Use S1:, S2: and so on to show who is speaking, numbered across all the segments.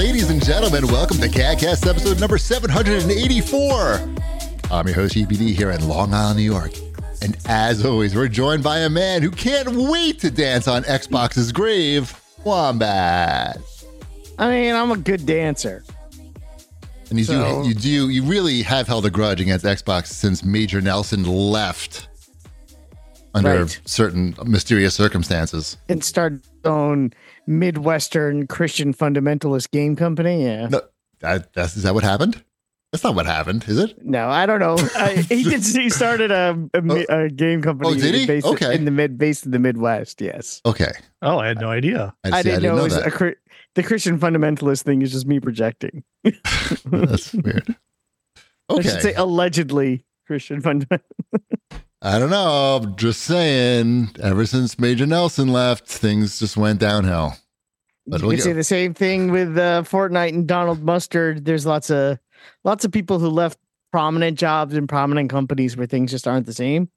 S1: gentlemen, welcome to CADcast episode number 784. I'm your host, EPD, here in Long Island, New York. And as always, we're joined by a man who can't wait to dance on Xbox's grave, Wombat.
S2: I mean, I'm a good dancer.
S1: And you
S2: So-
S1: do, you do, you really have held a grudge against Xbox since Major Nelson left under
S2: Right.
S1: certain mysterious circumstances.
S2: and start his own Midwestern Christian fundamentalist game company. Yeah. No,
S1: No, that, that's is that what happened? That's not what happened, is it?
S2: I don't know. I, he did. He started a, a, mi- a game company.
S1: Oh, did he?
S2: Based
S1: Okay.
S2: In the mid, based in the Midwest. Yes.
S1: Okay,
S3: Oh, I had no idea.
S1: I, see,
S2: I didn't, know, it was
S1: that.
S2: a cri- the Christian fundamentalist thing is just me projecting.
S1: That's weird.
S2: I should say
S1: Okay.
S2: allegedly Christian fundamentalist.
S1: I don't know. I'm just saying, ever since Major Nelson left, things just went downhill. But
S2: You
S1: we'll
S2: could
S1: get-
S2: say the same thing with uh, Fortnite and Donald Mustard. There's lots of lots of people who left prominent jobs and prominent companies where things just aren't the same.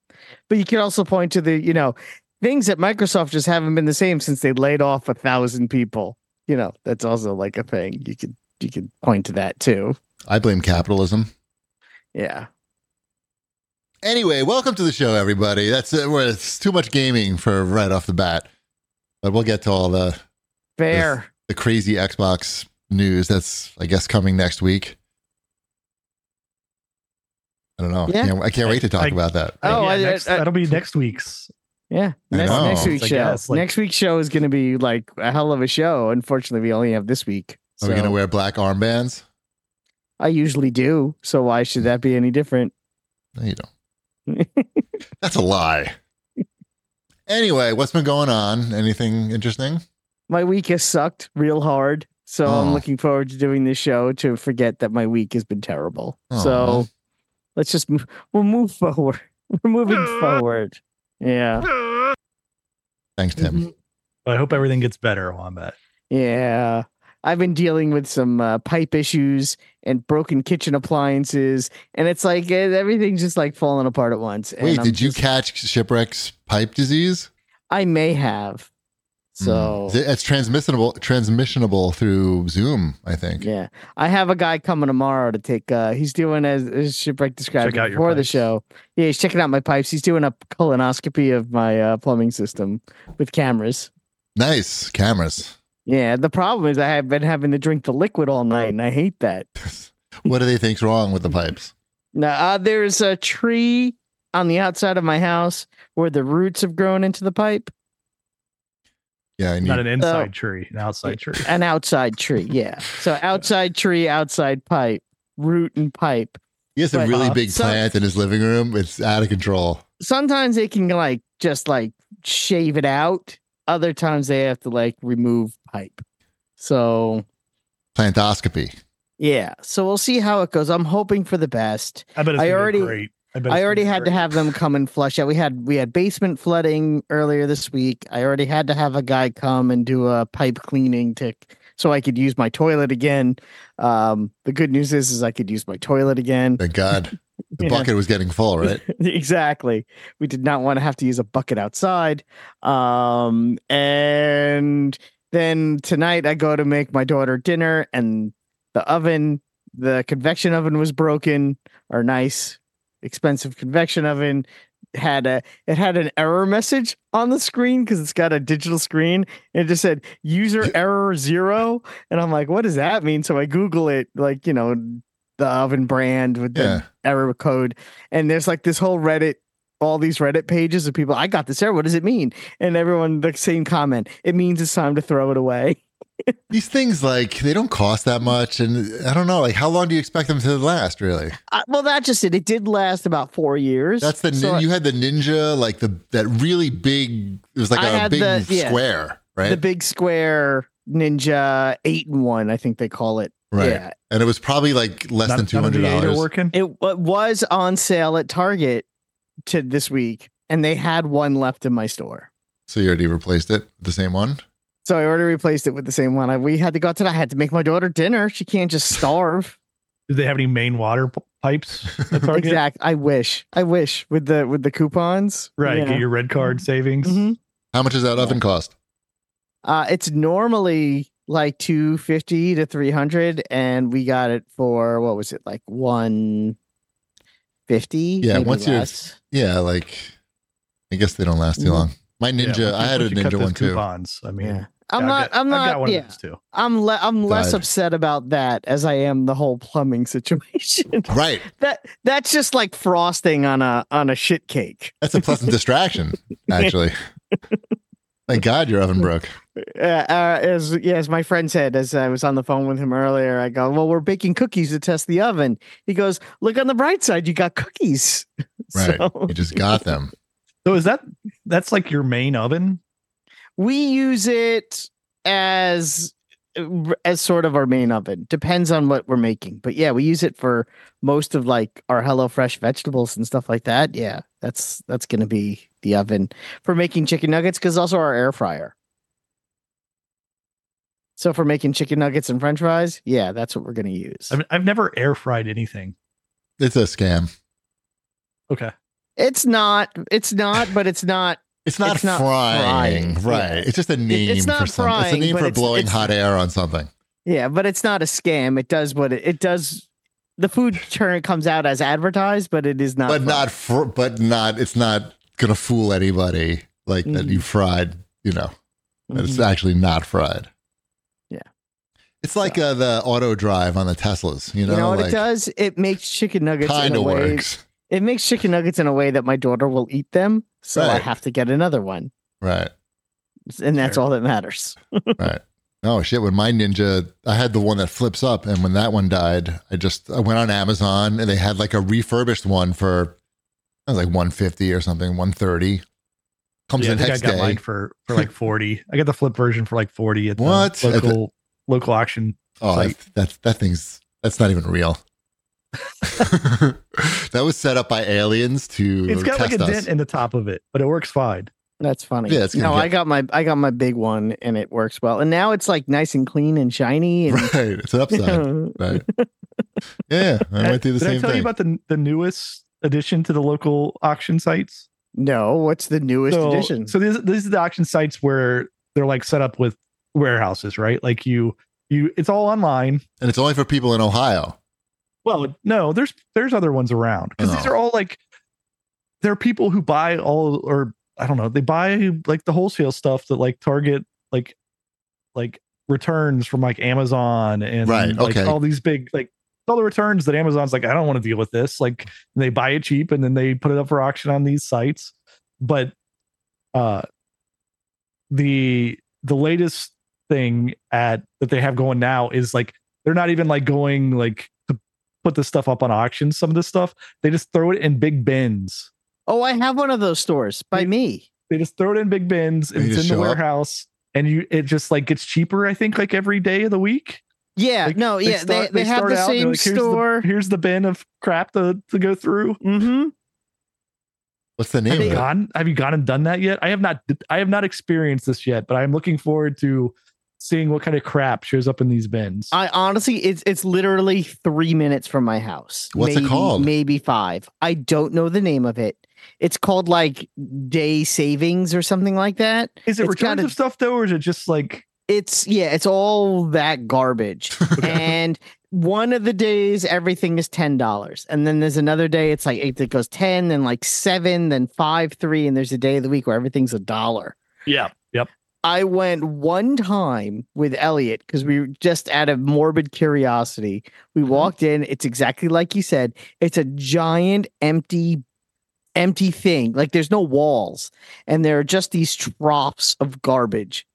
S2: But you could also point to the you know things at Microsoft just haven't been the same since they laid off a thousand people. You know that's also like a thing. You could you could point to that too.
S1: I blame capitalism.
S2: Yeah.
S1: Anyway, welcome to the show, everybody. That's it. We're- It's too much gaming for right off the bat, but we'll get to all the
S2: Fair.
S1: the crazy Xbox news that's, I guess, coming next week. I don't know.
S2: Yeah.
S1: I, can't, I can't wait to talk
S3: I-
S1: about that.
S2: Oh,
S3: yeah,
S2: I-
S3: next,
S2: I- I-
S3: that'll be next week's.
S2: Yeah.
S1: I
S2: Next,
S1: know.
S2: next week's
S3: I
S2: show.
S3: guess, like-
S2: next week's show is going to be like a hell of a show. Unfortunately, we only have this week.
S1: Are we going
S2: so-
S1: to wear black armbands?
S2: I usually do. So why should that be any different?
S1: No, you don't. That's a lie. Anyway, what's been going on? Anything interesting?
S2: my week has sucked real hard. So
S1: Oh.
S2: I'm looking forward to doing this show to forget that my week has been terrible.
S1: Aw.
S2: So let's just move, we'll move forward. We're moving forward. Yeah.
S1: Thanks,
S2: mm-hmm,
S1: Tim.
S3: I hope everything gets better, Wombat.
S2: Yeah. I've been dealing with some uh, pipe issues and broken kitchen appliances and it's like eh, everything's just like falling apart at once. and
S1: Wait,
S2: I'm
S1: did you
S2: just-
S1: catch shipwrecks pipe disease?
S2: I may have. So
S1: Mm. it's transmissible, transmissionable through Zoom. I think.
S2: Yeah, I have a guy coming tomorrow to take. uh He's doing as, as shipwreck described
S3: Check out your
S2: before the
S3: pipes.
S2: show. Yeah, he's checking out my pipes. He's doing a colonoscopy of my uh, plumbing system with cameras.
S1: Nice cameras.
S2: Yeah, the problem is I have been having to drink the liquid all night, and I hate that.
S1: what do they think's wrong with the pipes?
S2: Now uh, there's a tree on the outside of my house where the roots have grown into the pipe.
S1: Yeah, I need,
S3: Not an inside
S2: Oh.
S3: tree, an outside tree.
S2: An outside tree, yeah. So outside tree, outside pipe, root and pipe.
S1: he has a
S2: but,
S1: really
S2: uh,
S1: big
S2: so-
S1: plant in his living room. It's out of control.
S2: sometimes they can like just like shave it out. Other times they have to like remove pipe. So
S1: Plantoscopy.
S2: yeah, so we'll see how it goes. I'm hoping for the best.
S3: I bet it's
S2: I
S3: gonna go
S2: already-
S3: great. I, bet it's
S2: I
S3: gonna
S2: already
S3: go
S2: had to
S3: great.
S2: have them come and flush out. We had we had basement flooding earlier this week. I already had to have a guy come and do a pipe cleaning to so I could use my toilet again. Um, the good news is is I could use my toilet again.
S1: Thank God. The
S2: Yeah.
S1: bucket was getting full, right?
S2: exactly. We did not want to have to use a bucket outside. Um, and then tonight I go to make my daughter dinner, and the oven, the convection oven was broken. Our nice, expensive convection oven had a it had an error message on the screen because it's got a digital screen and it just said user error zero and i'm like what does that mean so i google it like you know the oven brand with the
S1: Yeah.
S2: error code. And there's like this whole Reddit, all these Reddit pages of people. I got this error. What does it mean? And everyone the same comment. It means it's time to throw it away.
S1: these things like they don't cost that much and i don't know like how long do you expect them to last really
S2: I, well, that just it. It did last about four years.
S1: that's the
S2: So
S1: nin-
S2: I-
S1: you had the ninja like the that really big it was like
S2: I
S1: a
S2: had
S1: big
S2: the- yeah.
S1: square right
S2: the big square ninja eight and one. I think they call it.
S1: right
S2: Yeah.
S1: and it was probably like less
S3: None-
S1: than
S3: none of the eight are
S1: 200 dollars
S3: working.
S2: It, it was on sale at Target to this week, and they had one left in my store.
S1: so you already replaced it with the same one
S2: So I already replaced it with the same one. I, we had to go out tonight. I had to make my daughter dinner. She can't just starve.
S3: Do they have any main water p- pipes? At Target?
S2: Exact. I wish. I wish with the with the coupons.
S3: Right.
S2: Yeah. Mm-hmm.
S3: Get your red card savings.
S2: Mhm.
S1: how much does that
S2: Yeah.
S1: oven cost
S2: Uh, it's normally like 250 to 300 and we got it for what was it like 150
S1: Yeah,
S2: maybe
S1: once you're-
S2: less.
S1: Yeah, like I guess they don't last too
S2: Mhm.
S1: long. My
S3: Mm-hmm. Yeah,
S1: ninja, I
S3: once you-
S1: had a
S3: once you
S1: ninja
S3: cut those
S1: one too.
S3: coupons, I mean,
S2: yeah
S3: yeah,
S2: i'm
S3: I've
S2: not i'm
S3: got- I've
S2: not
S3: got one
S2: yeah
S3: of those too.
S2: i'm le- i'm less
S1: Died.
S2: upset about that as i am the whole plumbing situation
S1: Right,
S2: that that's just like frosting on a on a shit cake
S1: that's a pleasant distraction, actually. Thank God your oven broke.
S2: uh, uh, as yeah, as my friend said, as I was on the phone with him earlier, I go, "Well, we're baking cookies to test the oven." He goes, "Look on the bright side, you got cookies."
S1: Right,
S2: So
S1: you just got them.
S3: So is that that's like your main oven?
S2: we use it as as sort of our main oven. Depends on what we're making, but yeah, we use it for most of like our HelloFresh vegetables and stuff like that. Yeah, that's that's gonna be the oven for making chicken nuggets because also our air fryer. So for making chicken nuggets and French fries, yeah, that's what we're gonna use.
S3: I mean, I've never air fried anything.
S1: It's a scam.
S3: Okay.
S2: it's not, it's not, but it's not.
S1: It's not,
S2: It's not
S1: frying,
S2: frying,
S1: right?
S2: yeah.
S1: It's just a name
S2: it's
S1: for something.
S2: not
S1: it's a
S2: frying,
S1: name
S2: but
S1: for
S2: it's-
S1: blowing
S2: it's-
S1: hot air on something.
S2: Yeah, but it's not a scam. It does what it, it does. The food turn comes out as advertised, but it is not.
S1: but
S2: fun.
S1: not fr- but not it's not gonna fool anybody like that
S2: Mhm.
S1: you fried you know that it's
S2: Mhm.
S1: actually not fried
S2: Yeah.
S1: it's like uh, the auto drive on the teslas you
S2: You
S1: know,
S2: know, what
S1: like,
S2: it does? It makes chicken nuggets in
S1: kind
S2: a
S1: of
S2: way.
S1: works
S2: It makes chicken nuggets in a way that my daughter will eat them, so I
S1: Right.
S2: have to get another one,
S1: right
S2: and that's
S3: Fair.
S2: all that matters.
S1: right oh shit when my ninja i had the one that flips up and when that one died i just i went on amazon and they had like a refurbished one for i was like 150 or something 130 comes
S3: Yeah, I
S1: the
S3: think
S1: next
S3: I got
S1: day
S3: mine for for like forty. I got the flip version for like forty at the
S1: What? At the-
S3: local local auction.
S1: Oh,
S3: Like-
S1: that's, that's that thing's that's not even real. that was set up by aliens to
S3: It's got like a
S1: test us.
S3: dent in the top of it, but it works fine.
S2: That's funny.
S1: Yeah, it's gonna
S2: no,
S1: get-
S2: I got my I got my big one, and it works well. And now it's like nice and clean and shiny. And
S1: right, it's an upside. right. Yeah, I went through the
S3: Did
S1: same
S3: I tell
S1: thing.
S3: you about the the newest addition to the local auction sites?
S2: no, what's the newest
S3: so,
S2: edition?
S3: So these these are the auction sites where they're like set up with warehouses, right? Like you you it's all online.
S1: and it's only for people in Ohio.
S3: Well, no, there's there's other ones around because these
S1: Oh.
S3: are all like there are people who buy all or I don't know they buy like the wholesale stuff that like Target like like returns from like Amazon and
S1: Right,
S3: like,
S1: okay.
S3: all these big like all the returns that Amazon's like I don't want to deal with this like and they buy it cheap and then they put it up for auction on these sites but uh the the latest thing at that they have going now is like they're not even like going like to put this stuff up on auction some of this stuff they just throw it in big bins
S2: oh, I have one of those stores by me.
S3: they just throw it in big bins and
S1: They
S3: it's
S1: just
S3: in the
S1: show up?
S3: warehouse and you it just like gets cheaper i think like every day of the week
S2: Yeah,
S3: Like,
S2: no, yeah,
S3: start-
S2: they, they, have
S3: start
S2: the
S3: out and they're
S2: same
S3: like, here's the-
S2: store.
S3: here's the bin of crap to, to go through
S2: mm-hmm.
S1: What's the name
S2: Have
S1: of
S2: they
S1: it?
S2: Yeah.
S3: gone have you gone and done that yet i have not i have not experienced this yet but i'm looking forward to seeing what kind of crap shows up in these bins
S2: I honestly, it's it's literally three minutes from my house.
S1: What's it
S2: Maybe-
S1: called?
S2: Maybe five. I don't know the name of it. It's called like day savings or something like that.
S3: is it
S2: it's
S3: returns
S2: kinda-
S3: of stuff though or is it just like
S2: It's yeah, it's all that garbage. and one of the days everything is ten dollars, and then there's another day it's like eight that goes ten, then like seven, then five, three, and there's a day of the week where everything's a dollar.
S3: yeah
S2: I went one time with Elliot because we were just out of morbid curiosity.
S1: Mm-hmm.
S2: We walked in. It's exactly like you said. It's a giant empty, empty thing. Like there's no walls, and there are just these troughs of garbage,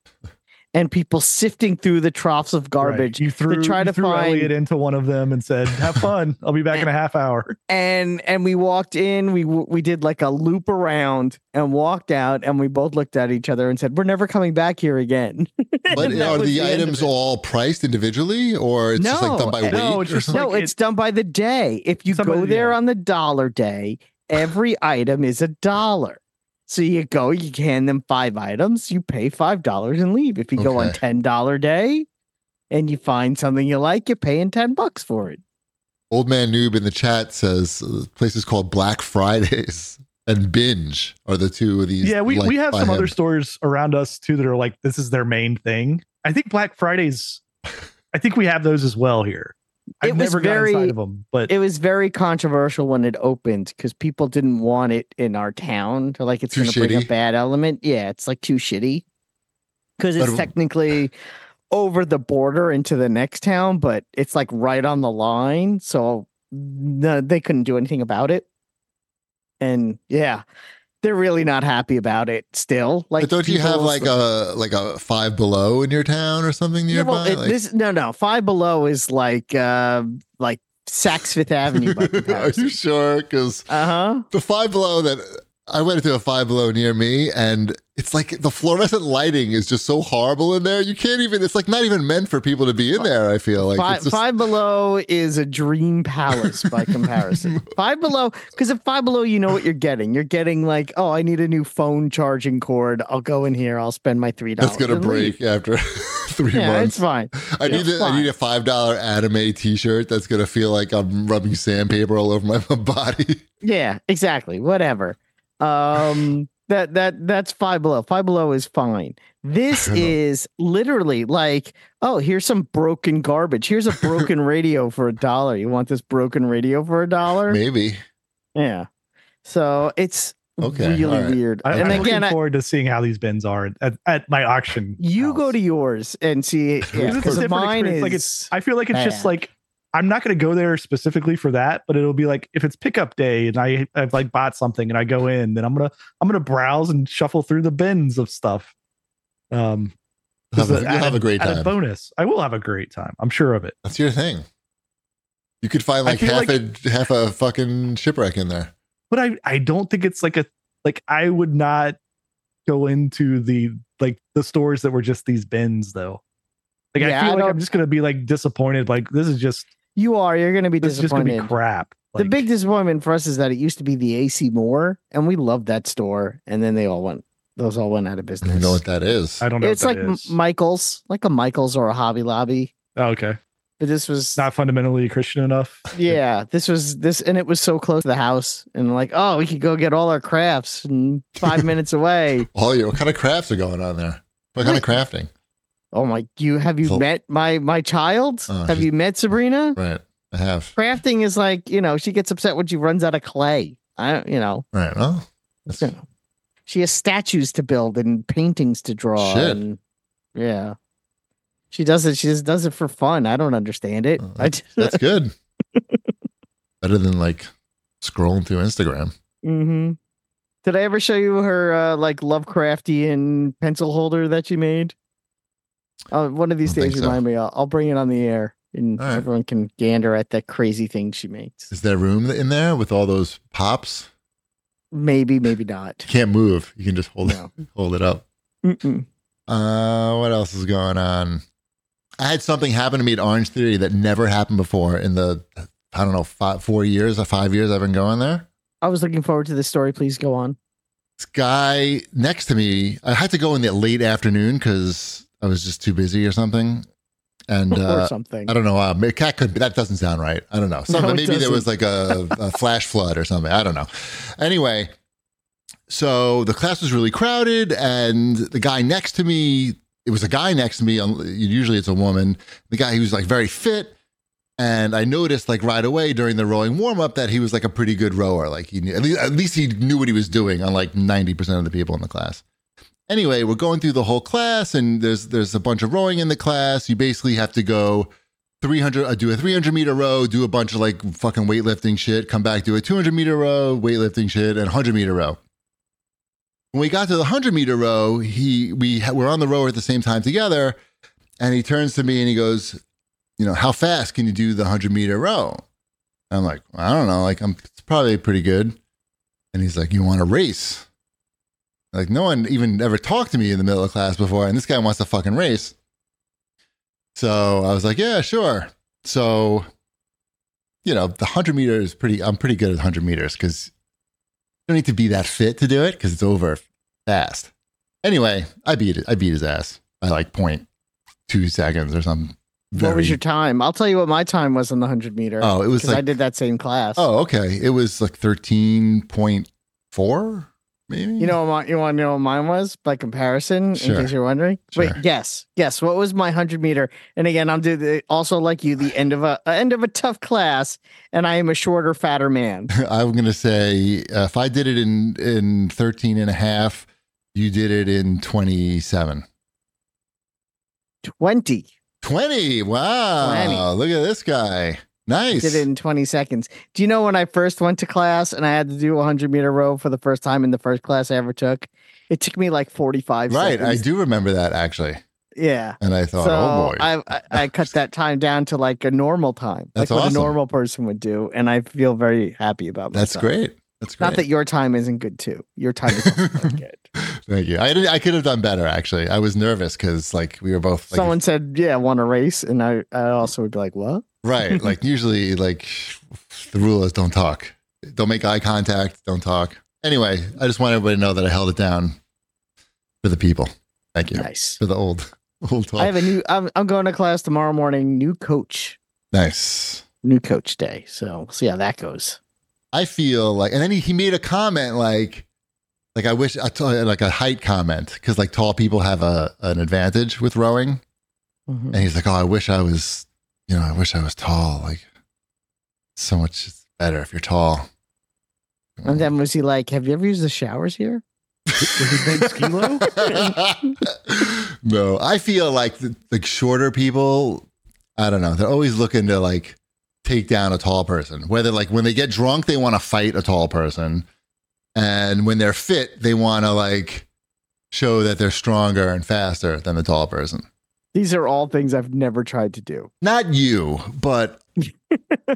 S2: and people sifting through the troughs of garbage.
S3: Right. You threw,
S2: try
S3: you
S2: to
S3: threw
S2: find-
S3: Elliot into one of them and said, "Have fun. I'll be back in a half hour."
S2: And and we walked in. We w- we did like a loop around and walked out, and we both looked at each other and said, "We're never coming back here again."
S1: But
S2: And that
S1: are
S2: was
S1: the
S2: end of
S1: items
S2: it.
S1: all priced individually, or it's just like done
S2: No,
S1: by
S2: no,
S1: weight?
S3: it's
S1: or
S3: just
S1: something?
S2: No,
S3: Like,
S2: it's
S3: it-
S2: done by the day. If you
S3: Somebody-
S2: go there
S3: yeah.
S2: on the dollar day, every item is a dollar. So you go, you hand them five items, you pay five dollars and leave. If you go on
S1: Okay.
S2: ten dollar day and you find something you like, you're paying ten bucks for it.
S1: old man noob in the chat says uh, places called Black Fridays and binge are the two of these.
S3: yeah, we,
S1: liked
S3: we have
S1: by
S3: some
S1: him.
S3: other stores around us too that are like, this is their main thing. I think Black Fridays. I think we have those as well here. I've
S2: It was
S3: never gotten
S2: very-
S3: inside of them, but
S2: It was very controversial when it opened because people didn't want it in our town. They're like, it's
S1: Too
S2: going to bring a
S1: shitty.
S2: bad element. Yeah, it's like too shitty because
S1: But
S2: it's
S1: it-
S2: technically over the border into the next town, but it's like right on the line. So no, they couldn't do anything about it. And yeah, they're really not happy about it still. Like,
S1: but don't you have
S2: people-
S1: like a like a five below in your town or something
S2: yeah,
S1: nearby?
S2: well, it,
S1: Like-
S2: this no no five below is like uh like Saks Fifth Avenue. By
S1: Are you sure? Because
S2: Uh huh.
S1: the five below that I went to a five below near me, and it's like the fluorescent lighting is just so horrible in there. You can't even. It's like not even meant for people to be in there. I feel like
S2: Five,
S1: it's just,
S2: Five Below is a dream palace by comparison. Five Below, because at Five Below, you know what you're getting. You're getting like, oh, I need a new phone charging cord. I'll go in here. I'll spend my three dollars.
S1: that's gonna
S2: and leave.
S1: break after three
S2: Yeah, it's
S1: months.
S2: fine.
S1: I need
S2: it's
S1: a, I need a five dollar anime T shirt that's gonna feel like I'm rubbing sandpaper all over my body.
S2: Yeah, exactly. Whatever. Um, that that that's Five Below. Five Below is fine. This is literally like, oh, here's some broken garbage. Here's a broken radio for a dollar. You want this broken radio for a dollar?
S1: Maybe
S2: Yeah. So it's
S1: Okay,
S2: really
S1: all right.
S2: weird.
S3: I,
S2: and
S3: am
S2: again,
S3: looking
S2: I,
S3: forward to seeing how these bins are at, at my auction.
S2: you
S3: house.
S2: go to yours and see
S1: It's a
S2: because
S3: different
S2: mine
S3: experience.
S2: is
S3: Like, I feel like it's just
S2: Bad.
S3: like I'm not going to go there specifically for that, but it'll be like if it's pickup day and I I've like bought something and I go in, then I'm gonna I'm gonna browse and shuffle through the bins of stuff. Um,
S1: have a,
S3: as
S1: you'll
S3: added-
S1: have a great
S3: added
S1: time.
S3: bonus. I will have a great time. I'm sure of it.
S1: That's your thing. You could find
S3: I
S1: like
S3: feel
S1: half
S3: like-
S1: a half a fucking shipwreck in there.
S3: But I I don't think it's like a like I would not go into the like the stores that were just these bins though. Like
S2: Yeah,
S3: I
S2: I
S3: feel like
S2: don't-
S3: I'm just gonna be like disappointed. Like this is just
S2: you are. You're going to be
S3: this is just gonna be
S2: disappointed.
S3: crap.
S2: the
S3: Like,
S2: big disappointment for us is that it used to be the AC Moore, and we loved that store, and then they all went. Those all went out of
S1: I don't
S2: business.
S1: even know what that is.
S3: I don't know.
S2: it's
S3: what
S2: like
S3: that
S2: M-
S3: is.
S2: Michaels, like a Michaels or a Hobby Lobby,
S3: Oh, okay.
S2: but this was
S3: not fundamentally Christian enough.
S2: yeah, this was this, and it was so close to the house, and like, oh, we could go get all our crafts and five minutes away.
S1: All your what kind of crafts are going on there? What kind of crafting?
S2: Oh my! You have you
S1: Vol-
S2: met my my child?
S1: Oh,
S2: have
S1: she's-
S2: you met Sabrina?
S1: Right. I have.
S2: Crafting is like you know she gets upset when she runs out of clay. I don't you know
S1: Right. Well, that's-
S2: Yeah. she has statues to build and paintings to draw.
S1: Shit.
S2: And, yeah, she does it. She just does it for fun. I don't understand it.
S1: Oh,
S2: I just,
S1: that's good. Better than like scrolling through Instagram.
S2: hmm Did I ever show you her uh, like Lovecraftian pencil holder that she made? Uh, one of these
S1: Don't think
S2: days,
S1: so.
S2: remind me. I'll, I'll bring it on the air, and
S1: All right.
S2: everyone can gander at that crazy thing she makes.
S1: Is there room in there with all those pops?
S2: Maybe, maybe not.
S1: You can't move. You can just hold
S2: No.
S1: it, hold it up.
S2: Mm-mm.
S1: Uh, what else is going on? I had something happen to me at Orange Theory that never happened before in the I don't know five, four years or five years I've been going there.
S2: I was looking forward to this story. Please go on.
S1: this guy next to me i had to go in the late afternoon because i was just too busy or something and
S2: or
S1: uh,
S2: something.
S1: i don't know uh, maybe- that could be, that doesn't sound right i don't know Something-
S2: it
S1: maybe there was like a, a flash flood or something i don't know anyway so the class was really crowded and the guy next to me it was a guy next to me um, usually it's a woman the guy who was like very fit and I noticed like right away during the rowing warm up that he was like a pretty good rower. Like he knew, at least, at least he knew what he was doing, unlike 90% of the people in the class. Anyway, we're going through the whole class and there's there's a bunch of rowing in the class. You basically have to go 300 uh, do a 300 meter row, do a bunch of like fucking weightlifting shit, come back do a 200 meter row, weightlifting shit and 100 meter row. When we got to the 100 meter row, he we ha- were on the rower at the same time together and he turns to me and he goes, you know, how fast can you do the 100 meter row? I'm like, I don't know. Like, I'm it's probably pretty good. And he's like, You want to race? Like, no one even ever talked to me in the middle of class before. And this guy wants to fucking race. So I was like, Yeah, sure. So, you know, the 100 meter is pretty, I'm pretty good at 100 meters because you don't need to be that fit to do it because it's over fast. Anyway, I beat it. I beat his ass by like point two seconds or something.
S2: what was
S1: Very-
S2: your time? I'll tell you what my time was on the hundred meter.
S1: Oh, it was
S2: because I
S1: like
S2: did that same class.
S1: oh, okay. It was like thirteen point four Maybe
S2: You know, what my- you want to know what mine was by comparison,
S1: Sure.
S2: in case you're wondering.
S1: Sure.
S2: Wait, yes, yes. What was my hundred meter? And again, I'm do the, also like you, the end of a uh, end of a tough class, and I am a shorter, fatter man.
S1: I'm going to say uh, if I did it in in 13 and a half, you did it in 27.
S2: Twenty
S1: 20. Wow.
S2: 20.
S1: Look at this guy. Nice.
S2: did it in twenty seconds. Do you know when I first went to class and I had to do a hundred meter row for the first time in the first class I ever took? It took me like forty five.
S1: right. I do remember that actually.
S2: Yeah.
S1: And I thought,
S2: so
S1: oh boy.
S2: I, I I cut that time down to like a normal time,
S1: That's
S2: like what
S1: awesome.
S2: a normal person would do, and I feel very happy about
S1: That's
S2: myself.
S1: great. That's great.
S2: Not that your time isn't good too. Your time is also not good.
S1: Thank you. I did, I could have done better actually. I was nervous because like we were both like,
S2: Someone said, "Yeah, want a race," and I, I also would be like, "What?"
S1: right. Like usually like the rule is don't talk, don't make eye contact, don't talk. Anyway, I just want everybody to know that I held it down for the people. Thank you
S2: Nice.
S1: for the old old talk.
S2: I have a new. I'm I'm going to class tomorrow morning. New coach.
S1: nice.
S2: New coach day. So we'll see how that goes.
S1: I feel like, and then he, he made a comment like, like I wish I told like a height comment because like tall people have a an advantage with rowing,
S2: Mhm.
S1: and he's like, oh, I wish I was, you know, I wish I was tall. Like, so much better if you're tall.
S2: And then was he like, "Have you ever used the showers here?"
S3: he big ski low?
S1: no, I feel like the, like shorter people. I don't know. They're always looking to like take down a tall person. Whether like when they get drunk, they want to fight a tall person, and when they're fit, they want to like show that they're stronger and faster than the tall person.
S2: These are all things I've never tried to do.
S1: Not you, but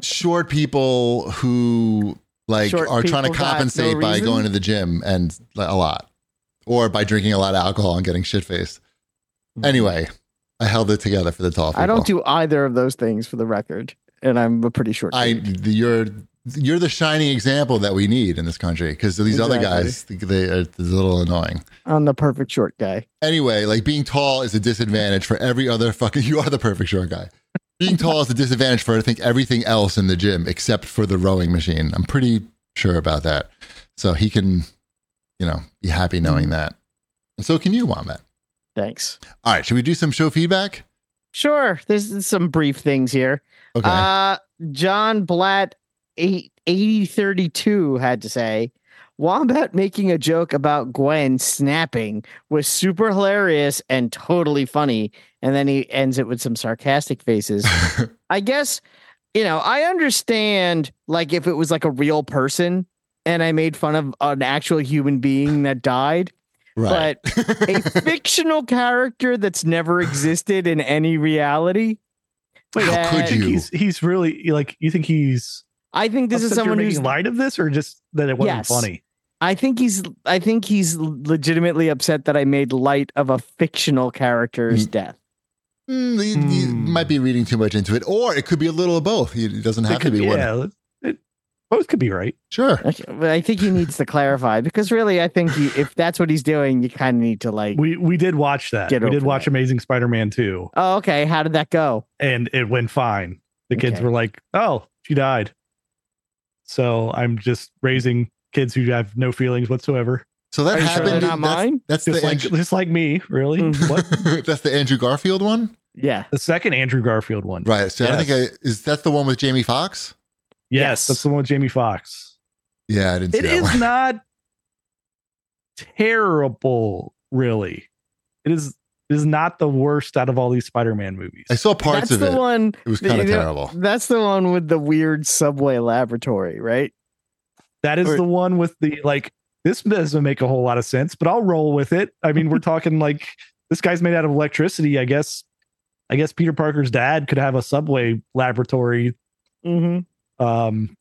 S1: short people who like
S2: Short
S1: are trying to
S2: people got no
S1: compensate by
S2: reason?
S1: going to the gym and like, a lot, or by drinking a lot of alcohol and getting shit faced. Anyway, I held it together for the tall. People.
S2: Hmm. I don't do either of those things for the record, and I'm a pretty short.
S1: I
S2: dude.
S1: you're you're the shining example that we need in this country because these other
S2: Exactly.
S1: guys they are a little annoying.
S2: I'm the perfect short guy.
S1: Anyway, like being tall is a disadvantage for every other fucking. You are the perfect short guy. Being tall is a disadvantage for I think everything else in the gym except for the rowing machine. I'm pretty sure about that. So he can, you know, be happy knowing that. And so can you, Wombat.
S2: Thanks.
S1: All right, should we do some show feedback?
S2: Sure. There's some brief things here.
S1: Okay.
S2: Uh, John Blatt, eight- 8032 had to say, Wombat making a joke about Gwen snapping was super hilarious and totally funny. And then he ends it with some sarcastic faces. I guess, you know, I understand like if it was like a real person and I made fun of an actual human being that died,
S1: right.
S2: a fictional character that's never existed in any reality.
S3: Wait,
S1: How could
S3: I think
S1: you?
S3: he's he's really like you think he's
S2: I think this is
S3: upset you're
S2: someone who's
S3: making light of this or just that it wasn't
S2: Yes.
S3: funny.
S2: I think he's I think he's legitimately upset that I made light of a fictional character's death.
S1: Mm, you, you
S3: Hmm.
S1: might be reading too much into it, or it could be a little of both. It doesn't have
S3: It
S1: to
S3: could-
S1: be one.
S3: yeah, it- both could be right.
S1: Sure.
S2: I but I think he needs to clarify because really I think he, if that's what he's doing, you kind of need to like
S3: We we did watch that.
S2: Get
S3: we did
S2: over
S3: watch
S2: that.
S3: Amazing Spider-Man 2
S2: Oh, okay, how did that go?
S3: and it went fine. The kids
S2: Okay.
S3: were like, "Oh, she died." So I'm just raising kids who have no feelings whatsoever,
S1: So that
S2: Are you sure
S1: happened.
S2: they're
S1: in-
S2: not
S1: that's,
S2: mine?
S1: That's
S3: just
S1: the
S3: like
S1: Andrew,
S3: just like me, really.
S2: Mhm.
S3: what
S1: that's the Andrew Garfield one,
S2: Yeah.
S3: the second Andrew Garfield one?
S1: right? So I don't think I, is that the one with Jamie Foxx?
S3: Yes,
S2: Yes.
S3: that's the one with Jamie Fox.
S1: Yeah, I didn't see
S3: It
S1: that
S3: is
S1: one.
S3: not terrible, really. It is it is not the worst out of all these Spider-Man movies.
S1: I saw parts
S2: that's
S1: of
S2: the
S1: it.
S2: one
S1: It was kind of
S2: you know,
S1: terrible.
S2: That's the one with the weird subway laboratory, right?
S3: That is
S2: Or-
S3: the one with the like. This doesn't make a whole lot of sense, but I'll roll with it. I mean, we're talking like this guy's made out of electricity. I guess. I guess Peter Parker's dad could have a subway laboratory.
S2: Mm-hmm.
S3: Um,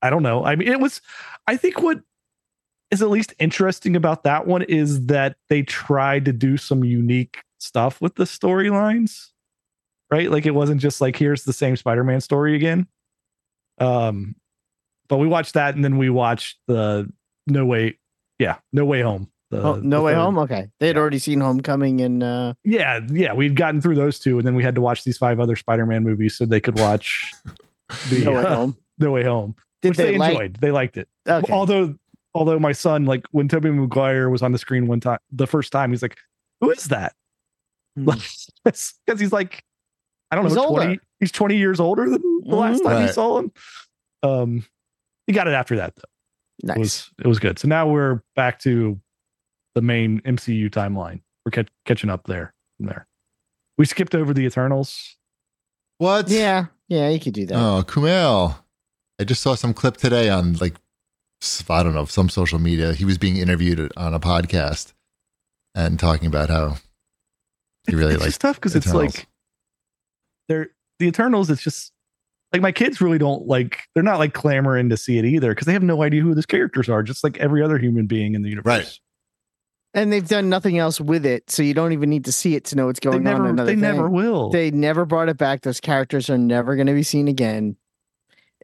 S3: I don't know. I mean, it was. I think what is at least interesting about that one is that they tried to do some unique stuff with the storylines, right? Like it wasn't just like here's the same Spider-Man story again. Um, but we watched that, and then we watched the No Way, yeah, No Way Home. the-
S2: oh, no
S3: Uh, the
S2: way
S3: third-
S2: home. Okay. They had already seen Homecoming and uh
S3: Yeah, yeah, we'd gotten through those two, and then we had to watch these five other Spider-Man movies so they could watch the
S2: No Way
S3: uh,
S2: Home.
S3: No Way Home,
S2: Did
S3: which they,
S2: they, like
S3: enjoyed. They liked it.
S2: okay.
S3: Although although my son, like when Toby Maguire was on the screen one time, the first time, he's like, "Who is that?"
S2: Hmm.
S3: Because he's like, I don't
S2: He's
S3: know,
S2: older.
S3: twenty. He's twenty years older than the last
S2: Mhm.
S3: time you
S1: Right.
S3: saw him. Um, he got it after that though.
S2: Nice.
S3: It was it was good. So now we're back to the main MCU timeline. We're catch, catching up there from there. We skipped over the Eternals.
S1: What?
S2: yeah, yeah, you could do that.
S1: Oh, Kumail. I just saw some clip today on like s- I don't know some social media. He was being interviewed on a podcast and talking about how he really
S3: it's
S1: likes
S3: just tough because it's
S1: Eternals.
S3: like they're the Eternals. It's just like my kids really don't like. They're not like clamoring to see it either because they have no idea who these characters are. Just like every other human being in the universe.
S1: Right.
S2: And they've done nothing else with it, so you don't even need to see it to know what's
S3: They
S2: going on. in
S3: never.
S2: another
S3: They
S2: thing.
S3: never will.
S2: They never brought it back. Those characters are never going to be seen again.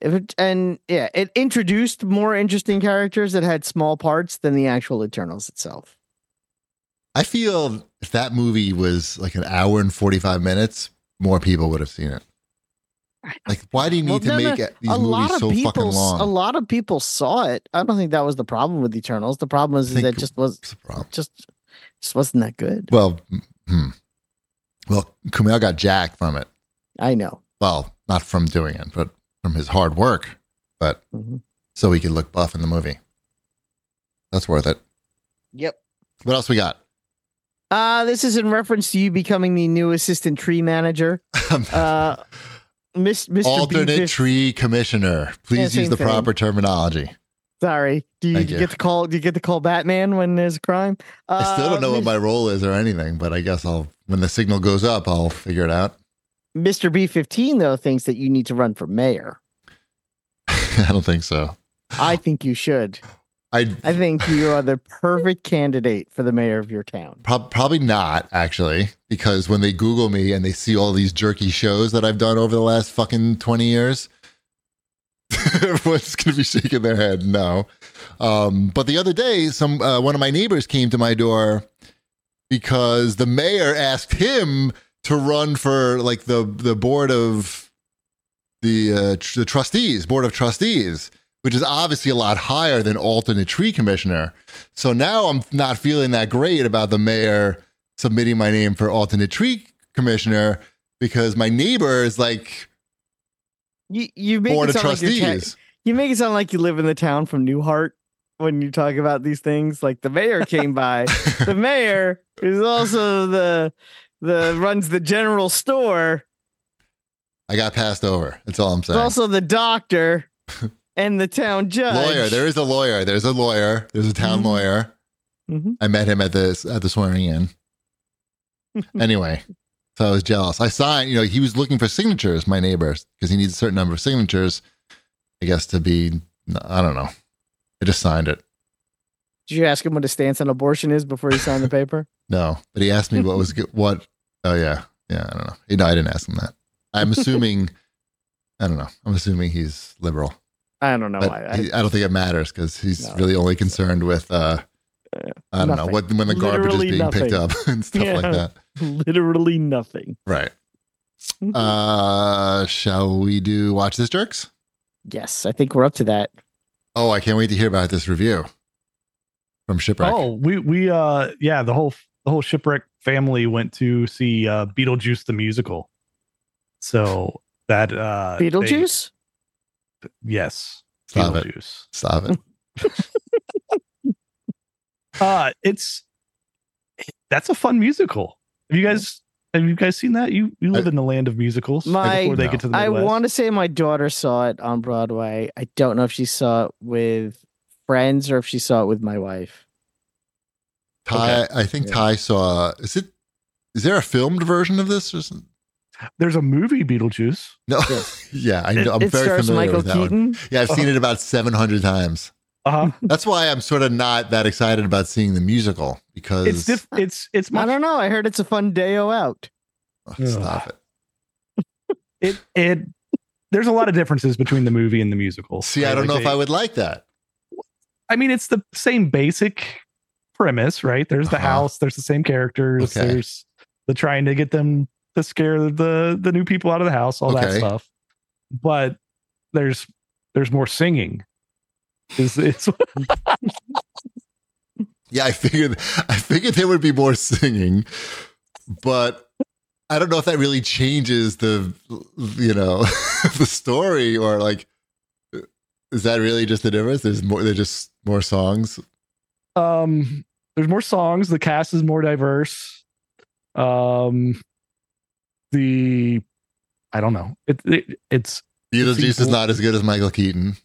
S2: If it- and yeah, it introduced more interesting characters that had small parts than the actual Eternals itself.
S1: I feel if that movie was like an hour and forty five minutes, more people would have seen it. Like, why do you need
S2: Well,
S1: to
S2: no, no,
S1: make it- these movies so
S2: people,
S1: fucking
S2: s-
S1: long?
S2: a lot of people saw it. I don't think that was the problem with Eternals. The problem is,
S1: I
S2: is that
S1: think-
S2: just was
S1: It's a problem.
S2: just just wasn't that good.
S1: Well, hmm. well, Kumail got jacked from it.
S2: I know.
S1: Well, not from doing it, but from his hard work. But
S2: Mhm.
S1: so he could look buff in the movie. That's worth it.
S2: Yep.
S1: What else we got?
S2: Uh, this is in reference to you becoming the new assistant tree manager. Uh, Miss, Mr.
S1: Alternate
S2: Beavis-
S1: tree commissioner. Please
S2: same
S1: use the
S2: thing.
S1: proper terminology.
S2: Sorry. Do you,
S1: Thank
S2: do you
S1: you.
S2: get to call do you get to call Batman when there's a crime? Uh,
S1: I still don't know what
S2: Mis-
S1: my role is or anything, but I guess I'll when the signal goes up, I'll figure it out.
S2: Mr. B fifteen though thinks that you need to run for mayor.
S1: I don't think so.
S2: I think you should.
S1: I
S2: I think you are the perfect candidate for the mayor of your town.
S1: Prob- probably not actually, because when they Google me and they see all these jerky shows that I've done over the last fucking twenty years, everyone's gonna be shaking their head. No, um, but the other day, some uh, one of my neighbors came to my door because the mayor asked him to run for like the the board of the uh, tr- the trustees, board of trustees, which is obviously a lot higher than alternate tree commissioner. So now I'm not feeling that great about the mayor submitting my name for alternate tree commissioner because my neighbor is like
S2: You you make
S1: board
S2: it
S1: of
S2: sound like your town-
S1: trustees.
S2: you make it sound like you live in the town from Newhart when you talk about these things. Like the mayor came by. the mayor is also the the runs the general store.
S1: I got passed over. That's all I'm
S2: It's
S1: saying.
S2: also the doctor and the town judge.
S1: lawyer. There is a lawyer. There's a lawyer. There's a town
S2: Mhm.
S1: lawyer.
S2: Mhm.
S1: I met him at the at the swearing in. anyway, so I was jealous. I signed. You know, he was looking for signatures. My neighbor, because he needs a certain number of signatures. I guess to be. I don't know. I just signed it.
S2: Did you ask him what his stance on abortion is before you signed the paper?
S1: No, but he asked me what was good- what. Oh yeah, yeah. I don't know. He- No, I didn't ask him that. I'm assuming. I don't know. I'm assuming he's liberal.
S2: I don't know.
S1: but
S2: Oh, I,
S1: he-
S2: I,
S1: I don't think it matters because he's
S2: No,
S1: really only concerned with. uh I don't know
S2: nothing.
S1: what when the garbage
S2: Literally
S1: is being picked
S2: nothing.
S1: up and stuff
S2: Yeah.
S1: like that.
S2: literally nothing.
S1: Right. Mm-hmm. Uh Shall we do watch this jerks?
S2: yes, I think we're up to that.
S1: Oh, I can't wait to hear about this review from Shipwreck.
S3: Oh, we we uh yeah the whole the whole shipwreck family went to see uh Beetlejuice the musical. So that uh they-
S2: Beetlejuice?
S3: yes,
S1: Stop it.
S3: Beetlejuice.
S1: Stop it.
S3: Uh it's that's a fun musical. Have you guys have you guys seen that? You you live
S1: Uh,
S3: in the land of musicals.
S2: My-
S3: before they
S1: No.
S3: get to the
S2: I
S3: Midwest.
S2: want to say my daughter saw it on Broadway. I don't know if she saw it with friends or if she saw it with my wife.
S1: Ty, I think
S2: Yeah.
S1: Ty saw. Is it? Is there a filmed version of this? Or something?
S3: There's a movie Beetlejuice.
S1: No.
S2: Yes.
S1: yeah, I know, I'm
S2: it
S1: very
S2: stars
S1: familiar
S2: Michael
S1: with that one.
S2: Keaton.
S1: Yeah, I've seen it about 700 times.
S3: Uh-huh.
S1: That's why I'm sort of not that excited about seeing the musical because
S3: it's diff- it's it's
S2: I
S3: much
S2: don't know. I heard it's a fun day-o out.
S1: Oh, stop it.
S3: it it there's a lot of differences between the movie and the musical.
S1: See, I don't know if I would like that.
S3: I mean, it's the same basic premise, right? There's the
S1: Uh-huh.
S3: house, there's the same characters,
S1: Okay.
S3: there's the trying to get them to scare the the new people out of the house, all
S1: Okay.
S3: that stuff. But there's there's more singing Is it's
S1: Yeah, I figured I figured there would be more singing, but I don't know if that really changes the you know the story or like is that really just the difference? There's more there's just more songs.
S3: um there's more songs the cast is more diverse um the i don't know it, it it's
S1: Beatles
S3: It's
S1: Juice is
S3: equal.
S1: not as good as Michael Keaton.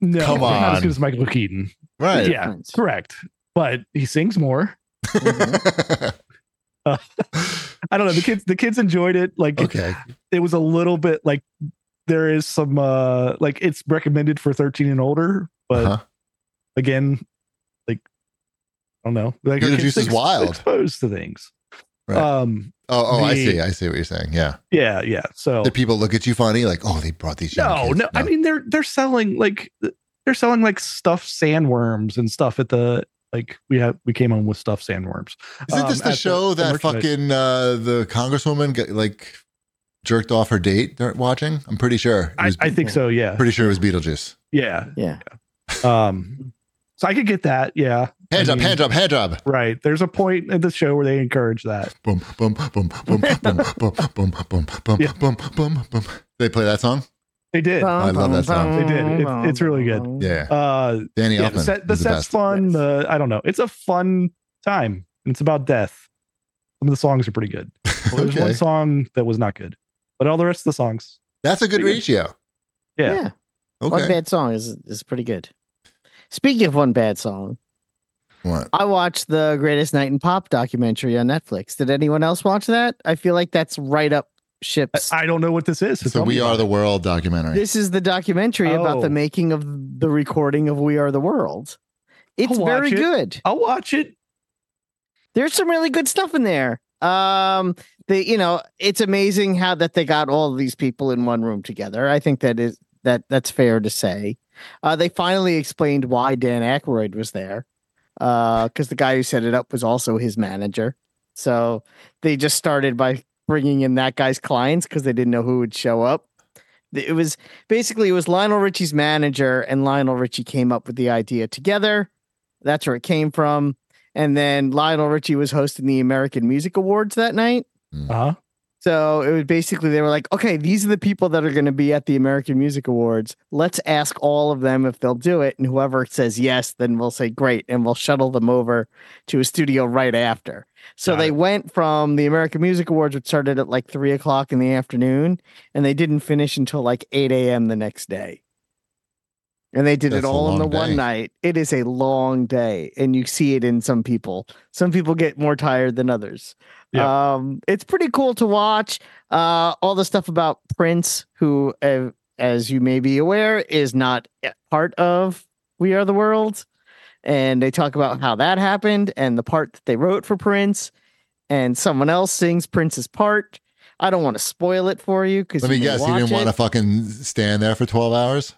S3: no
S1: Come
S3: not as
S1: on.
S3: good as michael keaton
S1: Right.
S3: yeah correct but he sings more Mm-hmm. i don't know the kids the kids enjoyed it like
S1: okay.
S3: it was a little bit like there is some uh like it's recommended for 13 and older but
S1: Uh-huh.
S3: again like i don't know like our
S1: Beetlejuice
S3: kids
S1: is
S3: ex-
S1: wild.
S3: exposed to things
S1: Right.
S3: um
S1: Oh, oh, I
S3: The-
S1: see. I see what you're saying. Yeah.
S3: yeah yeah so
S1: Did people look at you funny? Like, oh, they brought these. young
S3: no
S1: kids.
S3: no i mean they're they're selling like they're selling like stuffed sandworms and stuff at the like we have we came home with stuffed sandworms
S1: Isn't this the
S3: um, at the-
S1: show
S3: the
S1: that
S3: merchandise.
S1: fucking uh, the congresswoman got, like jerked off her date during watching? I'm pretty sure. It
S3: I,
S1: was,
S3: I think so yeah
S1: pretty sure it was Beetlejuice.
S3: yeah
S2: Yeah.
S3: um so i could get that yeah
S1: Hand
S3: I
S1: job,
S3: mean-
S1: hand job, hand job.
S3: right there's a point in the show where they encourage that
S1: Boom, boom, boom, boom, boom, boom, boom, boom, boom, boom,
S3: Yeah.
S1: boom, boom, boom. They play that song.
S3: they did
S1: I love that song.
S3: They did. It's- it's really good.
S1: Yeah,
S3: uh
S1: Danny
S3: yeah, the,
S1: Elfman.
S3: set, the
S1: is the
S3: set's
S1: best.
S3: fun
S2: Yes.
S3: the i don't know it's a fun time and it's about death some of the songs are pretty good well, there's
S1: Okay.
S3: one song that was not good but all the rest of the songs
S1: That's a good
S3: pretty
S1: ratio.
S3: Yeah.
S2: Yeah. One
S1: Okay.
S2: bad song is is pretty good. Speaking of one bad song,
S1: What?
S2: I watched the Greatest Night in Pop documentary on Netflix. Did anyone else watch that? I feel like that's right up
S3: I-
S2: ships.
S3: I don't know what this is.
S1: So we are the world documentary.
S2: this is the documentary about
S3: Oh.
S2: the making of the recording of We Are the World. It's
S3: I'll
S2: very
S3: watch it.
S2: good.
S3: I'll watch it.
S2: there's some really good stuff in there. Um, the you know, it's amazing how that they got all of these people in one room together. I think that is that that's fair to say. Uh, they finally explained why Dan Aykroyd was there, because the guy who set it up was also his manager. So they just started by bringing in that guy's clients because they didn't know who would show up. It was basically it was Lionel Richie's manager and Lionel Richie came up with the idea together. That's where it came from. And then Lionel Richie was hosting the American Music Awards that night.
S3: Uh-huh.
S2: So it was basically they were like, okay, these are the people that are going to be at the American Music Awards. Let's ask all of them if they'll do it. And whoever says yes, then we'll say great and we'll shuttle them over to a studio right after. So
S3: Got
S2: they
S3: it.
S2: went from the American Music Awards, which started at like three o'clock in the afternoon, and they didn't finish until like 8 a.m. the next day. And they did
S1: That's
S2: it
S1: a
S2: all in the
S1: long day.
S2: one night. It is a long day, and you see it in some people. Some people get more tired than others.
S3: Yeah.
S2: Um, it's pretty cool to watch. Uh, all the stuff about Prince, who, uh, as you may be aware, is not a part of We Are the World. And they talk about how that happened and the part that they wrote for Prince, and someone else sings Prince's part. I don't want to spoil it for you because
S1: Let me guess. You didn't want to fucking stand there for 12 hours.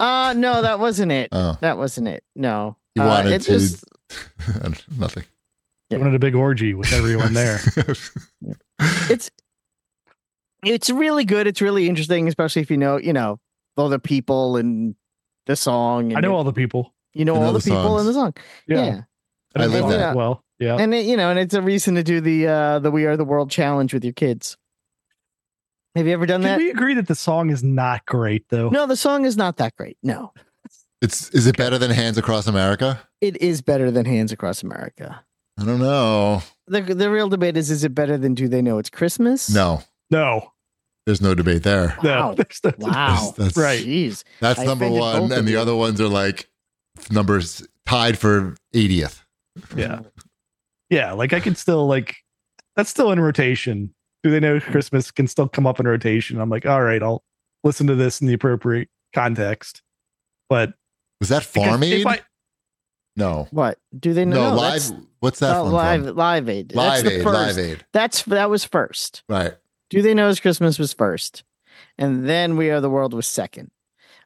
S2: Uh, no, that wasn't it.
S1: Oh,
S2: That wasn't it. No,
S1: you
S2: Uh,
S1: wanted
S2: it
S1: to.
S2: was-
S1: Nothing.
S2: Yeah.
S3: Wanted a big orgy with everyone there.
S2: it's it's really good. It's really interesting, especially if you know you know all the people and the song. And
S3: I know
S2: you-
S3: all the people.
S2: you know
S1: I know
S2: all the,
S1: the
S2: people in the song. Yeah.
S3: Yeah.
S1: I
S3: know
S1: live
S3: all
S1: that.
S3: that Well, yeah.
S2: and it, you know, and it's a reason to do the uh the We Are the World challenge with your kids. Have you ever done
S3: Can
S2: that?
S3: we agree that the song is not great though?
S2: No, the song is not that great. No,
S1: It's is it better than Hands Across America?
S2: it is better than Hands Across America.
S1: I don't know.
S2: The the real debate is: is it better than Do They Know It's Christmas?
S1: No,
S3: No.
S1: there's no debate there.
S2: Wow.
S3: No. There's no-
S2: Wow.
S1: That's, that's,
S3: Right.
S2: Jeez.
S1: That's
S2: I
S1: number
S2: offended
S1: one,
S2: both
S1: and
S2: of
S1: the
S2: you.
S1: other ones are like numbers tied for 80th.
S3: Yeah. Yeah. Like I can still like that's still in rotation. Do they know Christmas can still come up in rotation? I'm like, all right, I'll listen to this in the appropriate context. But
S1: Was that
S3: because
S1: Farm Aid?
S3: if I-
S1: no,
S2: What do they know?
S1: no,
S2: No,
S1: live.
S2: that's-
S1: What's that
S2: Oh,
S1: one
S2: live,
S1: from?
S2: live aid.
S1: Live
S2: that's the
S1: Aid,
S2: first.
S1: Live Aid.
S2: That's that was first.
S1: Right.
S2: Do they know it's Christmas was first, and then We Are the World was second.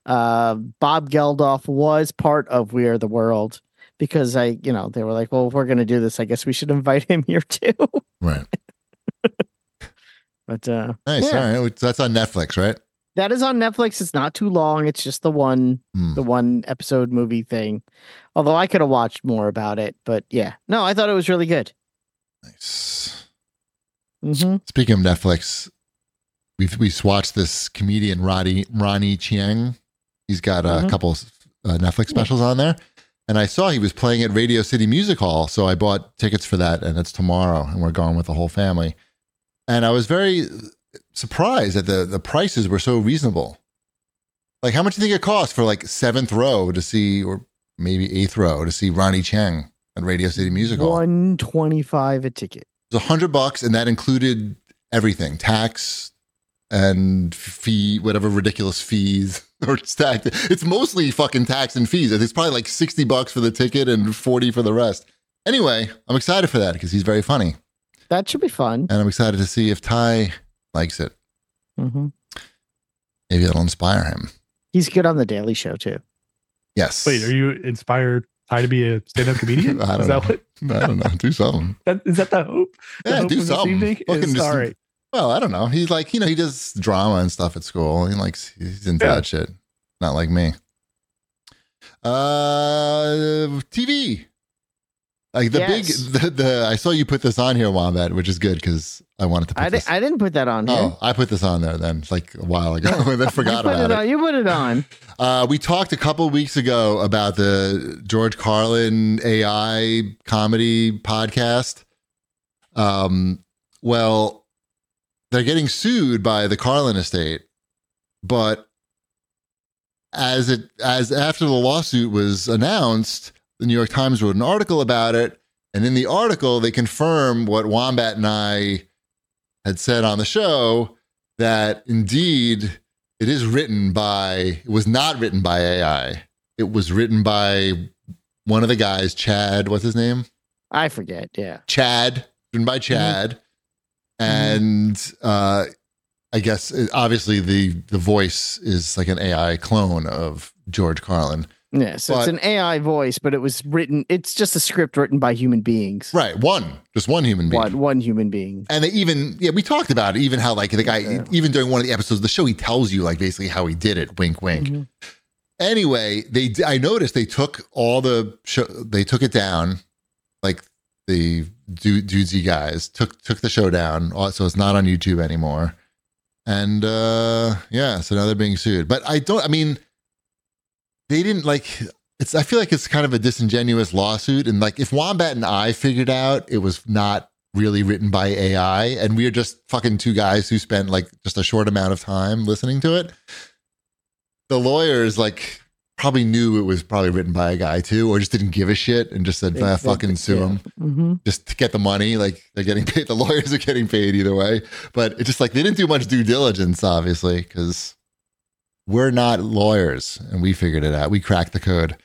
S2: Uh, Bob Geldof was part of We Are the World because I, you know, they were like, well, if we're gonna do this, I guess we should invite him here too.
S1: Right.
S2: but uh,
S1: Nice.
S2: Yeah.
S1: All right. That's on Netflix, right?
S2: uh, that is on Netflix. It's not too long. It's just the one
S1: Hmm.
S2: the one episode movie thing. Although I could have watched more about it, but yeah. No, I thought it was really good.
S1: Nice.
S2: hmm
S1: Speaking of Netflix, we've we watched this comedian Roddy Ronnie Chiang. He's got a
S2: Mhm.
S1: couple uh, Netflix specials on there, and I saw he was playing at Radio City Music Hall, so I bought tickets for that, and it's tomorrow, and we're going with the whole family. And I was very uh, surprised that the the prices were so reasonable. Like, how much do you think it costs for like seventh row to see, or maybe eighth row to see Ronnie Chiang at Radio City Music Hall?
S2: One twenty five a ticket.
S1: It was a hundred bucks, and that included everything: tax and fee, whatever ridiculous fees or tax. It's mostly fucking tax and fees. It's probably like sixty bucks for the ticket and forty for the rest. Anyway, I'm excited for that because he's very funny,
S2: That should be fun.
S1: and I'm excited to see if Ty likes it.
S2: hmm
S1: Maybe it'll inspire him.
S2: He's good on the Daily Show too.
S1: Yes.
S3: Wait, are you inspired Ty to be a stand-up comedian?
S1: I don't
S3: is that
S1: know.
S3: what
S1: I don't know. Do something.
S3: that is that the hope? The
S1: Yeah,
S3: hope
S1: do
S3: of this evening
S1: something. Fucking
S3: is-
S1: just-
S3: all right.
S1: Well, I don't know. He's like, you know, he does drama and stuff at school. He likes he's into
S3: Yeah.
S1: that shit. Not like me. Uh TV. Like the
S2: Yes.
S1: big the, the I saw you put this on here, Wombat, which is good because I wanted to put
S2: I, di-
S1: this.
S2: I didn't put that on here.
S1: oh, I put this on there then. It's like a while ago and then
S2: You
S1: forgot
S2: put
S1: about
S2: it
S1: it.
S2: on. You put it on.
S1: Uh, we talked a couple weeks ago about the George Carlin AI comedy podcast. Um, well, they're getting sued by the Carlin estate, but as it as after the lawsuit was announced, the New York Times wrote an article about it, and in the article they confirm what Wombat and I had said on the show that indeed it is written by it was not written by AI. It was written by one of the guys, Chad, what's his name?
S2: I forget. Yeah.
S1: Chad, written by
S2: Mm-hmm.
S1: Chad. And uh I guess uh, obviously the the voice is like an AI clone of George Carlin.
S2: Yeah. So it's
S1: But-
S2: an AI voice, but it was written. It's just a script written by human beings.
S1: Right, one, just one human being.
S2: One one human being.
S1: And they even yeah, we talked about it, even how like the guy
S2: Yeah.
S1: even during one of the episodes of the show he tells you like basically how he did it, wink wink.
S2: Mhm.
S1: anyway, they d- I noticed they took all the show they took it down, like the du- dudesy guys took took the show down, uh, so it's not on YouTube anymore. And uh yeah, so now they're being sued. But I don't. I mean, they didn't like. It's. I feel like it's kind of a disingenuous lawsuit. And like, if Wombat and I figured out it was not really written by AI, and we are just fucking two guys who spent like just a short amount of time listening to it, the lawyers like probably knew it was probably written by a guy too, or just didn't give a shit and just said,
S2: They-
S1: "Ah,
S2: they-
S1: "Fucking sue
S2: yeah.
S1: him."
S2: Mhm.
S1: just to get the money. Like they're getting paid. The lawyers are getting paid either way. But it's just like they didn't do much due diligence, obviously, because we're not lawyers and we figured it out. We cracked the code.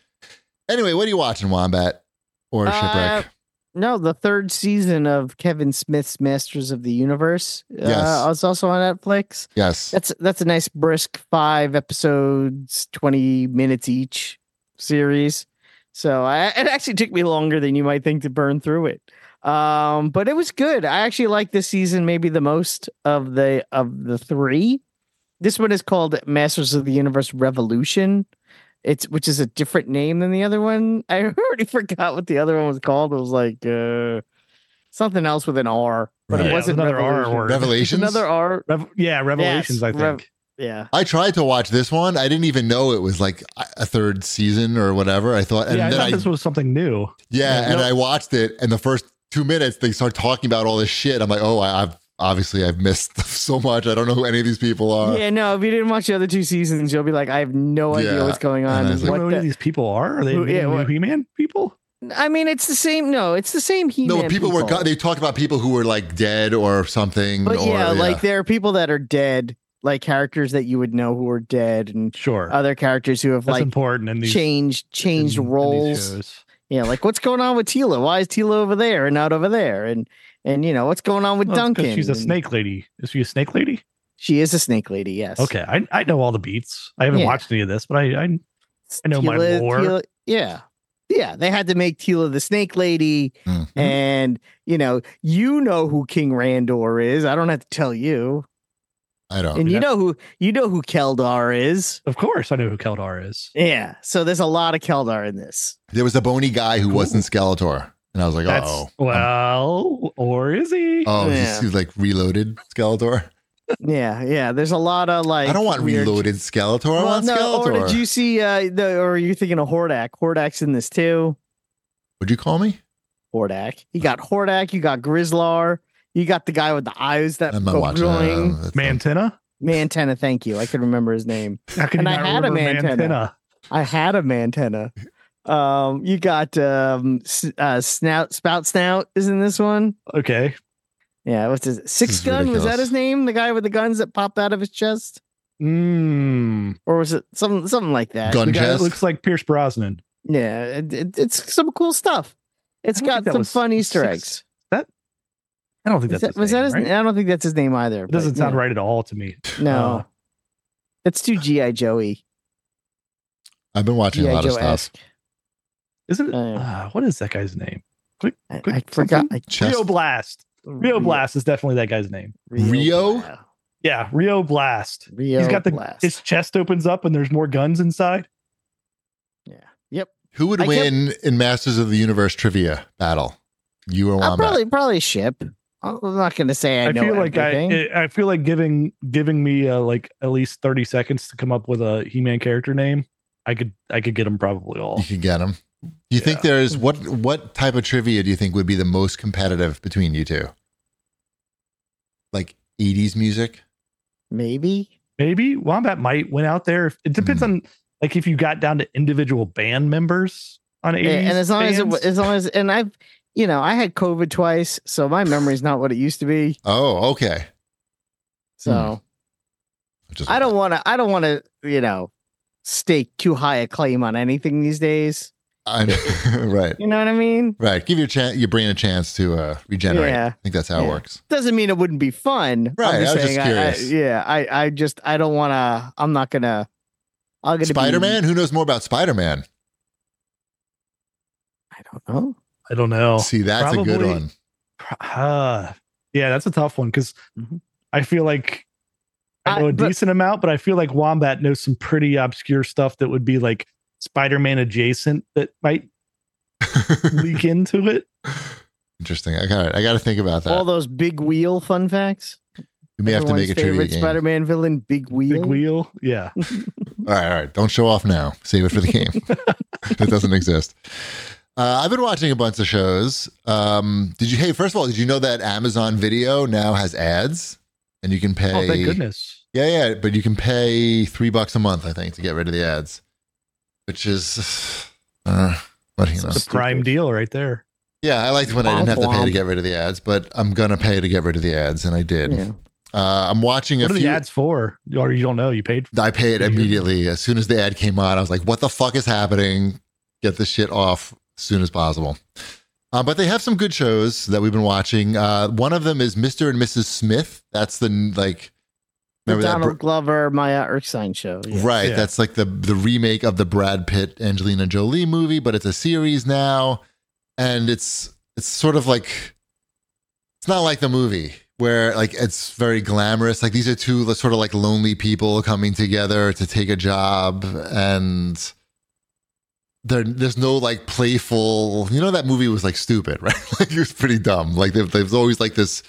S1: Anyway, what are you watching, Wombat or
S2: Uh,
S1: Shipwreck?
S2: No, the third season of Kevin Smith's Masters of the Universe
S1: Yes.
S2: uh, is also on Netflix.
S1: Yes.
S2: That's that's a nice brisk five episodes, twenty minutes each series. So I, it actually took me longer than you might think to burn through it, um, but it was good. I actually like this season maybe the most of the of the three. This one is called Masters of the Universe Revolution. It's which is a different name than the other one. I already forgot what the other one was called. It was like uh, something else with an R, but
S1: Right.
S2: it
S1: Yeah,
S2: wasn't
S3: another R
S2: Revolution.
S3: word.
S2: It's
S1: Revelations.
S2: Another R.
S3: Rev- yeah, Revelations. I
S2: Yes,
S3: think.
S2: Rev- Yeah.
S1: I tried to watch this one. I didn't even know it was like a a third season or whatever. I thought, and
S3: yeah, I
S1: then
S3: thought
S1: I,
S3: this was something new.
S1: yeah,
S2: Yeah,
S1: and
S2: no.
S1: I watched it, and the first two minutes they start talking about all this shit. I'm like, oh, I, I've obviously I've missed so much. I don't know who any of these people are.
S2: Yeah, no, if you didn't watch the other two seasons, you'll be like, I have no
S1: Yeah,
S2: idea what's going on.
S1: and I was
S3: I
S1: like,
S3: don't
S2: What
S3: know who
S2: the-
S3: these people are. Are they
S2: Who- yeah,
S3: new
S2: what-
S3: He-Man people?
S2: I mean, it's the same. No, it's the same. He-Man
S1: No, people, were go- they talked about people who were like dead or something.
S2: but
S1: or,
S2: yeah, like there are people that are dead, like characters that you would know who are dead, and
S3: Sure,
S2: other characters who have
S3: that's
S2: Uh, like
S3: important. In these
S2: changed changed
S3: in- in these
S2: roles.
S3: shows.
S2: Yeah, like what's going on with Tila? Why is Tila over there and not over there? And and you know what's going on with
S3: Well, it's 'cause
S2: Duncan?
S3: She's a
S2: And
S3: snake lady. Is she a snake lady?
S2: She is a snake lady. Yes.
S3: Okay, I, I know all the beats. I haven't
S2: Yeah.
S3: watched any of this, but I, I I know my lore.
S2: yeah. Yeah. They had to make Tila the Snake Lady.
S1: Mhm.
S2: And, you know, you know who King Randor is. I don't have to tell you.
S1: I don't.
S2: and
S3: yeah.
S2: you know who you know who Keldar is.
S3: Of course, I know who Keldar is.
S2: Yeah. So there's a lot of Keldar in this.
S1: There was a bony guy who
S3: Cool.
S1: wasn't Skeletor, and I was like,
S3: That's
S1: oh,
S3: well, or is he?
S1: oh, he's,
S2: Yeah.
S1: he's like reloaded Skeletor.
S2: Yeah, yeah. There's a lot of like
S1: I don't want
S2: weird-
S1: reloaded Skeletor. I
S2: Well,
S1: want
S2: no, or
S1: Skeletor.
S2: did you see uh the or are you thinking of Hordak? Hordak's in this too.
S1: Would you call me?
S2: Hordak. You got Hordak, you got Grizzlar, you got the guy with the eyes that
S1: I'm not
S2: go
S1: watching. that. I don't
S2: glowing.
S1: know. That's-
S3: Mantenna?
S2: Mantenna, thank you. I could remember his name.
S3: How can
S2: And
S3: you
S2: I
S3: not
S2: had a
S3: remember
S2: Mantenna. I had a Mantenna. Um, you got um S- uh Snout Spout Snout is in this one.
S3: Okay.
S2: Yeah, what's his six
S1: is
S2: gun? Was that
S1: ridiculous.
S2: his name? The guy with the guns that popped out of his chest?
S3: Mm.
S2: Or was it something something like that?
S1: Gun
S3: The guy that
S1: chest.
S3: looks like Pierce Brosnan.
S2: Yeah, it, it, it's some cool stuff. It's
S3: I don't
S2: got
S3: think that
S2: some
S3: was-
S2: fun
S3: was
S2: Easter
S3: six-
S2: eggs.
S3: I don't think
S2: Is
S3: that's
S2: that, was that his?
S3: name, right?
S2: I don't think that's his name either.
S3: It doesn't sound right at all to me.
S2: No,
S3: Uh,
S2: it's too GI Joey.
S1: I've been watching a
S2: GI
S1: lot of
S2: Joe
S1: stuff.
S2: esque.
S3: Isn't it?
S2: Uh,
S3: Uh, what is that guy's name?
S2: I,
S3: Good
S2: I forgot. I,
S1: Chest.
S3: Rio Blast. Rio Blast is definitely that guy's name.
S1: Rio?
S2: Bla-
S3: Yeah, Rio Blast.
S2: Rio.
S3: He's got the
S2: Blast.
S3: his chest opens up and there's more guns inside.
S2: yep.
S1: Who would
S2: I kept-
S1: win in Masters of the Universe trivia battle? You or
S2: I'll
S1: Wombat?
S2: probably probably ship. I'm not gonna say I,
S3: I,
S2: know
S3: feel like
S2: everything.
S3: I I feel like giving giving me uh, like at least 30 seconds to come up with a He-Man character name. I could I could get them probably all.
S1: you could get him. Do you think there's what what type of trivia do you think would be the most competitive between you two? Like 80s music?
S2: Maybe.
S3: Maybe Wombat might went out there.
S2: Hmm.
S3: If, it depends on like if you got down to individual band members on 80s.
S2: Yeah, and as long as it,
S3: bands.
S2: wa- as long as and I've you know I had COVID twice, so my memory's not what it used to be.
S1: Oh, okay.
S2: So.
S1: Just-
S2: I don't want to. I don't want to. You know, stake too high a claim on anything these days.
S1: I know. right.
S2: You know what I mean?
S1: Right. Give your chan your brain a chance to uh, regenerate.
S2: Yeah.
S1: I think that's how it
S2: Yeah.
S1: works.
S2: Doesn't mean it wouldn't be fun. I'm
S1: Right, I was just
S2: saying
S1: curious.
S2: yeah. I. I just. I don't want to. I'm not gonna. I'm gonna. be-
S1: Spider Man? Who knows more about Spider Man?
S2: I don't know.
S3: I don't know.
S1: See, that's a good
S3: probably-
S1: one.
S3: Pro- Uh, yeah, that's a tough one because
S2: Mhm.
S3: I feel like I
S2: I-
S3: know a
S2: but-
S3: decent amount, but I feel like Wombat knows some pretty obscure stuff that would be like Spider-Man adjacent that might leak into it.
S1: Interesting. I got it. I got to think about that.
S2: All those big wheel fun facts.
S1: we may have to make a trivia game.
S2: Spider-Man villain, Big Wheel.
S3: Big wheel, yeah.
S1: All right, all right. Don't show off now. Save it for the game. that doesn't exist. Uh, I've been watching a bunch of shows. Um, did you? Hey, first of all, did you know that Amazon Video now has ads, and you can pay?
S3: Oh, thank goodness.
S1: Yeah, yeah, but you can pay three bucks a month, I think, to get rid of the ads, which is, uh, what you know.
S3: It's a prime deal right there.
S1: Yeah, I liked when I didn't have to pay to
S2: Womp womp.
S1: get rid of the ads, but I'm gonna pay to get rid of the ads, and I did.
S2: Yeah.
S1: Uh, I'm watching
S3: What
S1: a
S3: are the
S1: few.
S3: ads for? Or you don't know? You paid.
S1: I paid
S3: Did you-
S1: immediately as soon as the ad came on. I was like, "What the fuck is happening? Get this shit off as soon as possible." Uh, but they have some good shows that we've been watching. Uh, one of them is Mr. and Mrs. Smith. That's the like,
S2: The
S1: remember that?
S2: Donald
S1: Br-
S2: Glover, Maya Erskine show. Yeah.
S1: Right.
S3: Yeah.
S1: That's like the the remake of the Brad Pitt Angelina Jolie movie, but it's a series now, and it's it's sort of like it's not like the movie where like it's very glamorous. Like these are two sort of like lonely people coming together to take a job and. There, there's no like playful you know that movie was like stupid right like it was pretty dumb like there, there's always like this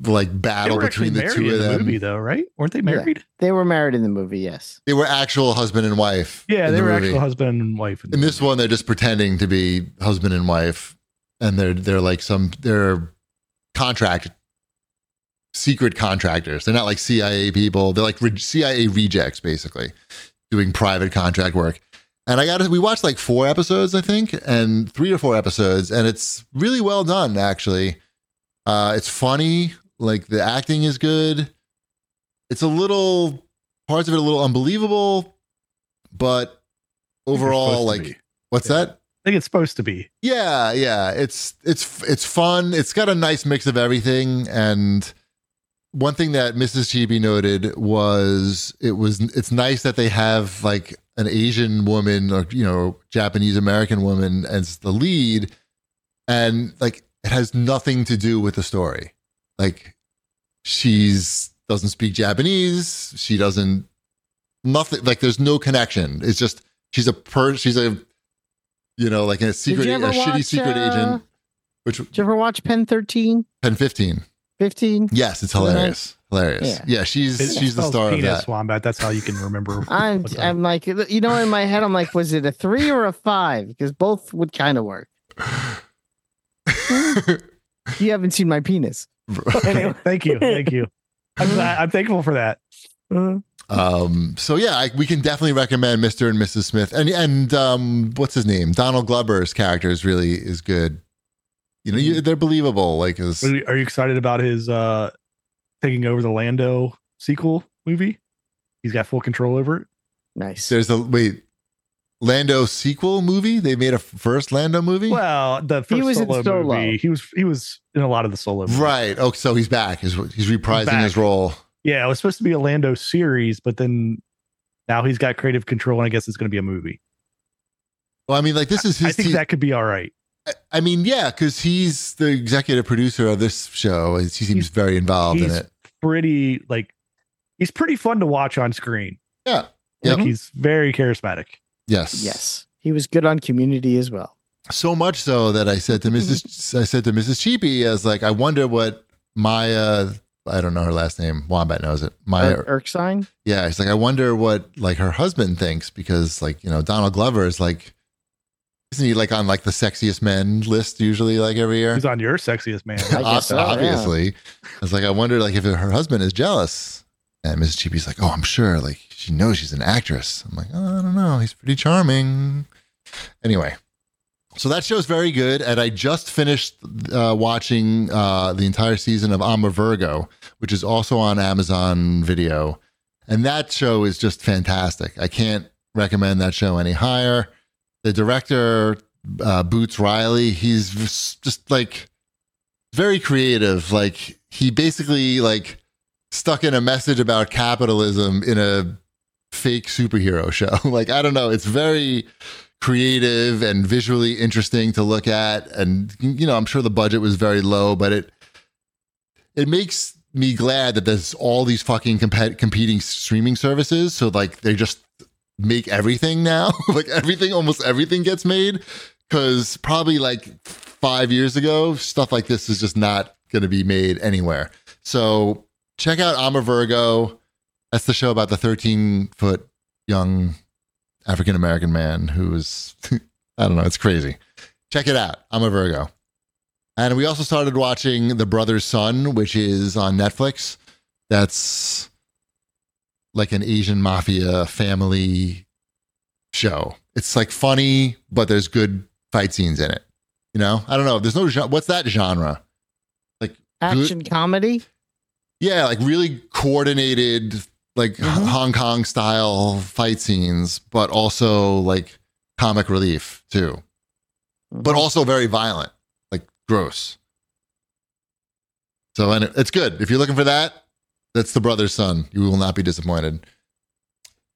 S1: like
S3: They
S1: battle
S3: were actually
S1: between the
S3: married
S1: two
S3: in
S1: of
S3: the
S1: them
S3: movie, though, right? Weren't they
S2: Yeah.
S3: married?
S2: They were married in the movie. Yes.
S1: they were actual husband and wife
S3: Yeah,
S1: in
S3: they
S1: the
S3: were
S1: movie.
S3: actual husband and wife.
S1: In
S3: the
S1: this one, they're just pretending to be husband and wife, and they're they're like some they're contract secret contractors. They're not like CIA people. They're like re- CIA rejects, basically, doing private contract work. And I got to we watched like four episodes, I think, and three or four episodes, and it's really well done, actually. Uh, it's funny, like the acting is good. It's a little parts of it a little unbelievable, but
S3: think they're
S1: overall,
S3: supposed to
S1: like
S3: be.
S1: what's
S3: Yeah.
S1: that?
S3: I think it's supposed to be.
S1: Yeah, yeah. It's it's it's fun. It's got a nice mix of everything. And one thing that Mrs. Chibi noted was it was it's nice that they have like an Asian woman or you know Japanese American woman as the lead, and like it has nothing to do with the story. Like she's doesn't speak Japanese. She doesn't nothing like there's no connection. It's just she's a per she's a you know, like a secret
S2: you
S1: a
S2: ever
S1: shitty
S2: watch,
S1: secret
S2: uh,
S1: agent. Which
S2: Did you ever watch Pen 13?
S1: pen fifteen.
S2: 15?
S1: Yes, it's
S2: Isn't it?
S1: hilarious. Hilarious. Yeah, she's
S3: It
S1: she's the
S3: spells
S1: star of
S3: penis,
S1: that.
S3: Wombat. That's how you can remember.
S2: I'm
S3: what's up.
S2: I'm like you know in my head I'm like was it a three or a five because both would kind of work. You haven't seen my penis. Anyway.
S3: thank you, thank you. I'm, glad- I'm thankful for that.
S2: Uh-huh.
S1: Um, so yeah, I, we can definitely recommend Mr. and Mrs. Smith, and and um, what's his name? Donald Glover's character is really is good. You know,
S3: Mm.
S1: you, they're believable. Like, is,
S3: Are you, are you excited about his uh taking over the Lando sequel movie? He's got full control over it.
S2: Nice.
S1: there's a wait, Lando sequel movie. They made a f- first Lando movie,
S3: Well, the first
S2: was in
S3: solo,
S2: Solo.
S3: movie, he was he was in a lot of the solo. Movies.
S1: right? Oh, so he's back. He's he's reprising his
S3: back.
S1: role.
S3: Yeah, it was supposed to be a Lando series, but then now he's got creative control, and I guess it's going to be a movie.
S1: Well, I mean, like this is
S3: I
S1: his.
S3: think
S1: te-
S3: that could be all right.
S1: I- I mean, yeah, because he's the executive producer of this show. and He seems
S3: He's-
S1: very involved in
S3: he's-
S1: it.
S3: Pretty like he's pretty fun to watch on screen.
S1: Yeah. Yep.
S3: Like he's very charismatic.
S1: Yes.
S2: Yes. He was good on community as well.
S1: So much so that I said to Mrs. I said to Mrs. Cheapy, I was like, I wonder what Maya. I don't know her last name. Wombat knows it. Maya.
S2: Er- Erk sign?
S1: yeah, it's like I wonder what like her husband thinks because like you know Donald Glover is like, isn't he like on like the sexiest men list usually like every year?
S3: He's on your sexiest man.
S2: I guess
S1: Obs-
S2: so, yeah.
S1: obviously. I was like, I wonder like if her husband is jealous. And Mrs. Cheapy's like, oh, I'm sure. Like she knows she's an actress. I'm like, oh, I don't know. He's pretty charming. Anyway, so that show's very good. And I just finished uh, watching uh, the entire season of I'm a Virgo, which is also on Amazon Video. And that show is just fantastic. I can't recommend that show any higher. The director, uh, Boots Riley, he's just like very creative. Like he basically like stuck in a message about capitalism in a fake superhero show. like I don't know, it's very creative and visually interesting to look at and you know, I'm sure the budget was very low, but it it makes me glad that there's all these fucking comp- competing streaming services so like they just make everything now. like everything almost everything gets made because probably like five years ago, stuff like this is just not going to be made anywhere. So check out I'm a Virgo. That's the show about the 13 foot young African American man who is, I don't know, it's crazy. Check it out. I'm a Virgo. And we also started watching The Brother's Son, which is on Netflix. That's like an Asian mafia family show. It's like funny, but there's good fight scenes in it. You know, I don't know. There's no gen- what's that genre?
S2: Action comedy?
S1: Yeah, like really coordinated, like H-
S2: Mhm.
S1: Hong Kong style fight scenes, but also like comic relief too, but also very violent, like gross. So and it- it's good if you're looking for that. That's the brother's son. You will not be disappointed.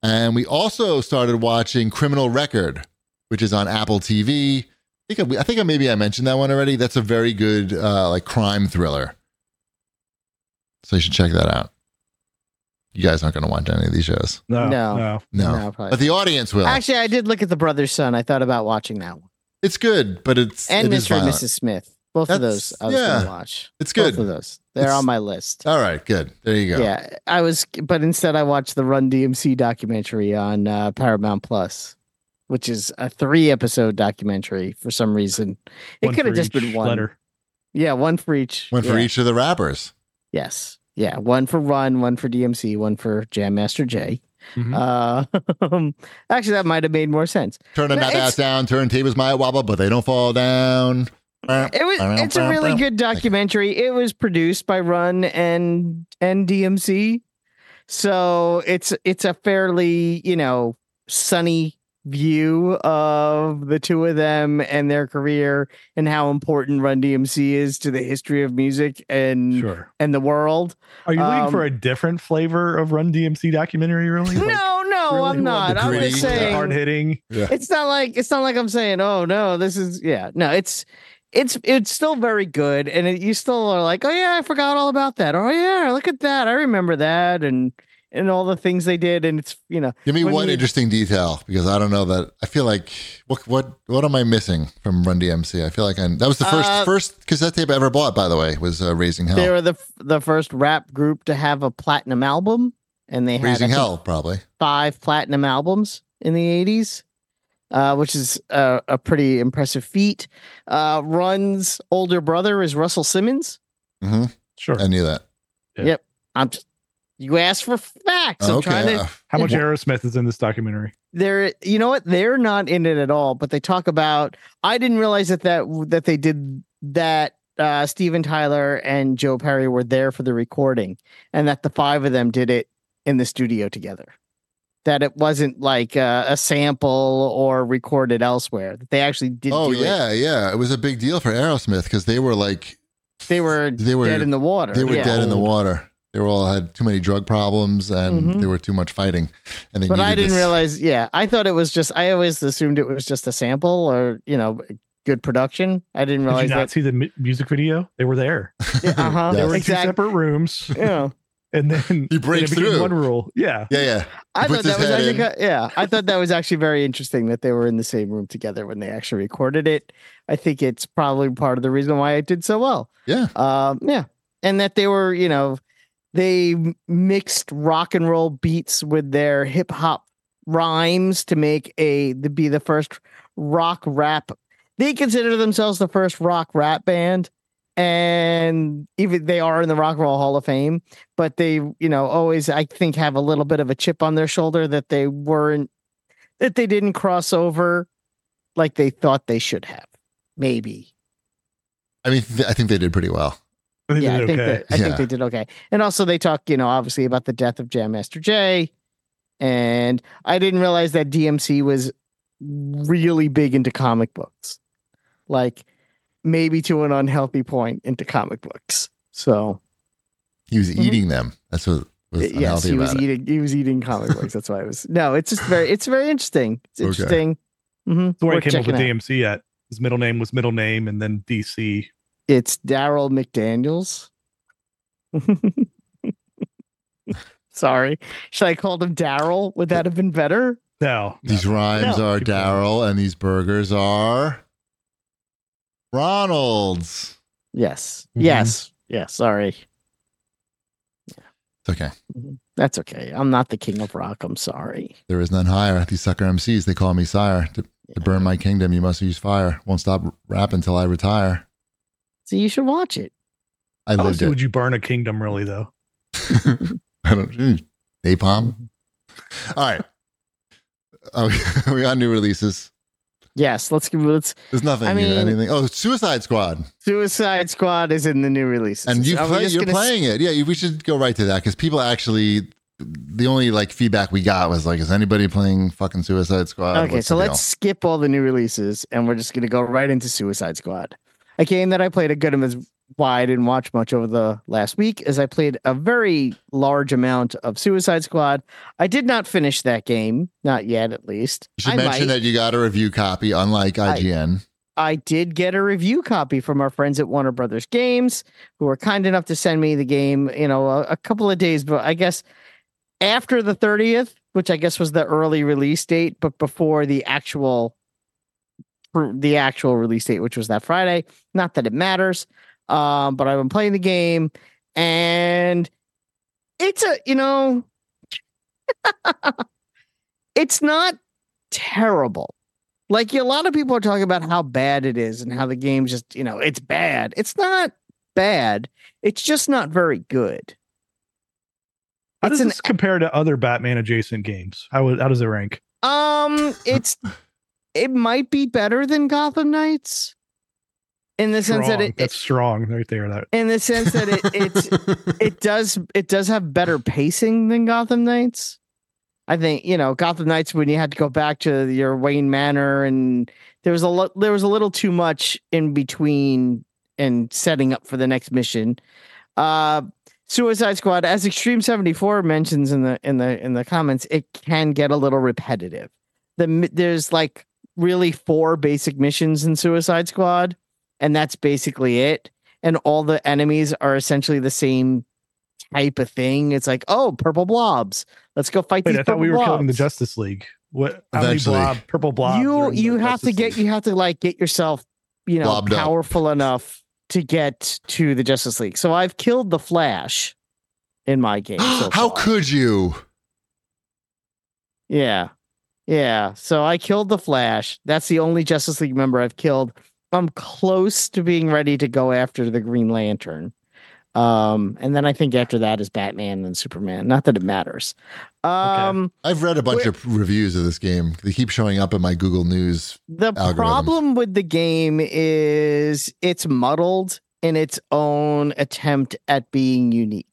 S1: And we also started watching Criminal Record, which is on Apple TV. I think I, I think I, maybe I mentioned that one already. That's a very good uh, like crime thriller. So you should check that out. You guys aren't going to watch any of these shows.
S3: No,
S2: No.
S3: no,
S1: No.
S2: probably.
S1: But the audience will.
S2: Actually, I did look at The Brother's Son. I thought about watching that one.
S1: it's good, but it's
S2: And
S1: it is
S2: Mr. and
S1: violent.
S2: Mrs. Smith. Both of
S1: That's-
S2: those I was going
S1: yeah.
S2: to watch.
S1: It's
S2: Both of
S1: good.
S2: those. They're
S1: It's- Oh,
S2: on my list.
S1: All right, good. There you go.
S2: Yeah, I was, but instead I watched the Run DMC documentary on uh, Paramount Plus, which is a three episode documentary for some reason. It
S3: One
S2: could have
S3: for
S2: just
S3: each
S2: been one.
S3: letter.
S2: Yeah, one for each.
S1: One for
S2: Yeah.
S1: each of the rappers.
S2: Yes. Yeah, one for Run, one for DMC, one for Jam Master J.
S3: Mhm.
S2: Uh, actually, that might have made more sense.
S1: Turning
S2: No,
S1: that
S2: it's-
S1: ass down, turn tables my wobble, but they don't fall down.
S2: It was. It's a really good documentary. It was produced by Run and and DMC, so it's it's a fairly you know sunny view of the two of them and their career and how important Run DMC is to the history of music and
S3: Sure.
S2: and the world.
S3: Are you
S2: Mm. Um,
S3: looking for a different flavor of Run DMC documentary? Really?
S2: no, no, I'm not. I'm
S1: gritty,
S2: just
S3: uh,
S1: the
S2: saying.
S3: hard hitting.
S2: it's not like it's not like I'm saying, oh no, this is yeah. No, it's it's it's still very good, and it, you still are like, oh yeah, I forgot all about that. Oh yeah, look at that, I remember that, and and all the things they did, and it's you know,
S1: Give me
S2: When
S1: one
S2: you-
S1: interesting detail because I don't know that I feel like what what what am I missing from Run DMC? I feel like i that was the first
S2: Uh,
S1: first cassette tape I ever bought. By the way, was uh, Raising
S2: they
S1: Hell.
S2: were the f- the first rap group to have a platinum album, and they had I
S1: Raising
S2: think,
S1: Hell, probably.
S2: five platinum albums in the 80s, uh, which is uh, a pretty impressive feat. Uh, Run's older brother is Russell Simmons.
S1: hmm
S3: Sure.
S1: I knew that.
S2: I'm just, you asked for facts. I'm trying
S1: okay, uh,
S2: to.
S3: How much
S2: Yeah.
S3: Aerosmith is in this documentary?
S2: They're you know what they're not in it at all, but they talk about. I didn't realize that that that they did that. Uh, Steven Tyler and Joe Perry were there for the recording, and that the five of them did it in the studio together. That it wasn't like uh, a sample or recorded elsewhere. That they actually did.
S1: oh
S2: do it.
S1: yeah, yeah. It was a big deal for Aerosmith because they were like
S2: they were
S1: they were
S2: dead in the water.
S1: they were
S2: yeah.
S1: dead in the
S3: Old.
S1: water. They were all had too many drug problems and
S2: Mhm.
S1: they were too much fighting. And they
S2: But I
S1: needed
S2: didn't
S1: this-
S2: realize. Yeah, I thought it was just. I always assumed it was just a sample or you know good production. I didn't
S3: Did you
S2: realize
S3: not
S2: that.
S3: see the mu- music video? They were there.
S2: Yeah, uh-huh.
S1: Yes.
S3: They were in two
S2: Exact-
S3: separate rooms,
S2: Yeah,
S3: and then
S1: He breaks
S3: and it became
S1: through.
S3: one rule. Yeah,
S1: Yeah, yeah.
S2: I
S1: puts his
S2: thought that was. I
S1: head
S2: think,
S1: in.
S2: uh, yeah, I thought that was actually very interesting that they were in the same room together when they actually recorded it. I think it's probably part of the reason why it did so well.
S1: Yeah.
S2: Um, yeah, and that they were, you know, they m- mixed rock and roll beats with their hip hop rhymes to make a to be the first rock rap. They consider themselves the first rock rap band, and even they are in the Rock and Roll Hall of Fame. But they, you know, always I think have a little bit of a chip on their shoulder that they weren't that they didn't cross over like they thought they should have. Maybe.
S1: I mean, th- I think they did pretty well.
S3: I think
S2: Yeah,
S3: they
S2: I
S3: did
S2: think
S3: okay.
S2: that, I
S1: Yeah.
S2: think they did okay. And also they talk, you know, obviously about the death of Jam Master Jay. And I didn't realize that DMC was really big into comic books. Like maybe to an unhealthy point into comic books. So
S1: He was
S2: Mhm.
S1: eating them. That's what was unhealthy
S2: yes, he was
S1: about it.
S2: eating he was eating comic books. That's why I was no, it's just very it's very interesting. It's
S1: Okay.
S2: interesting. Mm-hmm.
S3: That's where I came up with DMC at. His middle name was middle name, and then DC.
S2: It's Daryl McDaniels. Sorry. Should I call him Daryl? Would that have been better?
S3: No, no.
S1: These rhymes
S2: No.
S1: are
S3: Keep going.
S1: Daryl, and these burgers are Ronald's.
S2: Yes.
S1: Mm-hmm.
S3: Mhm.
S2: Yes. Yeah. Sorry.
S1: It's okay.
S2: That's okay. I'm not the king of rock. I'm sorry.
S1: There is none higher. These sucker MCs, they call me sire. To, to burn my kingdom, you must use fire. Won't stop rapping till I retire.
S2: So you should watch it. Oh,
S1: I
S3: How else
S1: lived it.
S3: would you burn a kingdom? Really though,
S1: I don't, mm, napalm.
S2: Mm-hmm.
S1: All right. Oh, we got new releases.
S2: Yes. Let's give let's
S1: There's nothing.
S2: I
S1: you know,
S2: mean-
S1: anything. Oh, Suicide Squad.
S2: Suicide Squad is in the new releases.
S1: and you
S2: Are we
S1: play,
S2: just
S1: you're
S2: gonna s-
S1: playing it. Yeah, you- we should go right to that because people actually, the only like feedback we got was like, is anybody playing fucking Suicide Squad?
S2: Okay,
S1: What's
S2: so
S1: the deal?
S2: let's skip all the new releases and we're just gonna go right into Suicide Squad. A game that I played a good amount why I didn't watch much over the last week is I played a very large amount of Suicide Squad. I did not finish that game, not yet at least.
S1: You should
S2: I
S1: mention
S2: might.
S1: that you got a review copy, unlike
S2: I-
S1: IGN.
S2: I did get a review copy from our friends at Warner Brothers Games, who were kind enough to send me the game, you know, a, a couple of days, but I guess after the 30th, which I guess was the early release date, but before the actual the actual release date, which was that Friday. Not that it matters. Um, but I've been playing the game and it's a, you know, it's not terrible like a lot of people are talking about how bad it is and how the game's just you know it's bad it's not bad it's just not very good
S3: how
S2: It's
S3: does
S2: an-
S3: this compare to other Batman adjacent games? How would- how does it rank?
S2: um it's it might be better than gotham knights in the sense that
S3: Strong.
S2: it,
S3: That's
S2: it
S3: strong right there. That
S2: in the sense that it it's it does it does have better pacing than Gotham Knights. I think you know Gotham Knights when you had to go back to your Wayne Manor and there was a lo- there was a little too much in between and setting up for the next mission. Uh, Suicide Squad, as Extreme Seventy Four mentions in the in the in the comments, it can get a little repetitive. The mi- there's like really four basic missions in Suicide Squad, and that's basically it. And all the enemies are essentially the same type of thing. It's like, oh, purple blobs. Let's go fight
S3: Wait,
S2: these
S3: I thought
S2: purple
S3: we were killing the
S2: blobs.
S3: Justice League. What? How many
S1: Eventually.
S3: blob, purple blob.
S2: you you have to get you have to like get yourself you know
S1: Blobbed up.
S2: powerful enough to get to the Justice League. So I've killed the Flash in my game. So
S1: How
S2: far.
S1: could you?
S2: Yeah. Yeah. So I killed the Flash. That's the only Justice League member I've killed. I'm close to being ready to go after the Green Lantern. Um, and then I think after that is Batman and Superman. Not that it matters. Um,
S1: I've read a bunch
S2: Where-
S1: of reviews of this game. They keep showing up in my Google News.
S2: the
S1: Algorithm.
S2: problem with the game is it's muddled in its own attempt at being unique.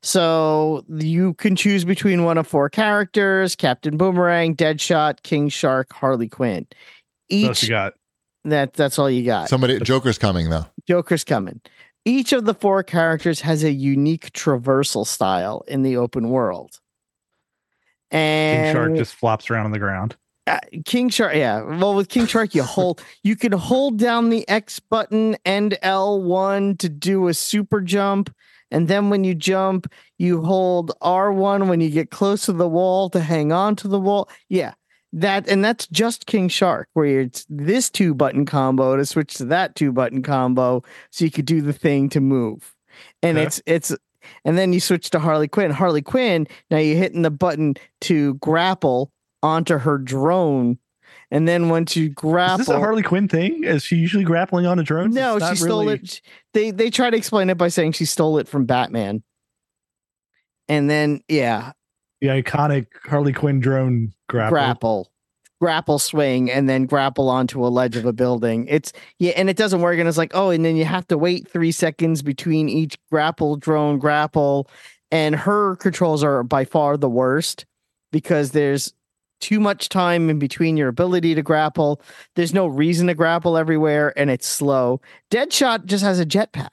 S2: So you can choose between one of four characters Captain Boomerang, Deadshot, King Shark, Harley Quinn.
S3: What you
S2: Each
S3: got?
S2: that that's all you got.
S1: Somebody, Joker's coming though.
S2: Joker's coming. Each of the four characters has a unique traversal style in the open world. And
S3: King Shark just flops around on the ground.
S2: uh, King Shark, yeah. Well, with King Shark, you hold, you can hold down the X button and L one to do a super jump, and then when you jump, you hold R one when you get close to the wall to hang on to the wall. Yeah, that and that's just King Shark, where it's this two button combo to switch to that two button combo, so you could do the thing to move, and
S3: Okay.
S2: it's it's. And then you switch to Harley Quinn. Harley Quinn, now you're hitting the button to grapple onto her drone. And then once you grapple,
S3: Is this a Harley Quinn thing? Is she usually grappling on a drone?
S2: no,
S3: It's
S2: she
S3: not
S2: stole
S3: really-
S2: it. They they try to explain it by saying she stole it from Batman. And then yeah,
S3: The iconic Harley Quinn drone grapple.
S2: grapple, grapple swing, and then grapple onto a ledge of a building. It's yeah, and it doesn't work. And it's like oh, and then you have to wait three seconds between each grapple drone grapple, and her controls are by far the worst because there's too much time in between your ability to grapple. There's no reason to grapple everywhere, and it's slow. Deadshot just has a jetpack.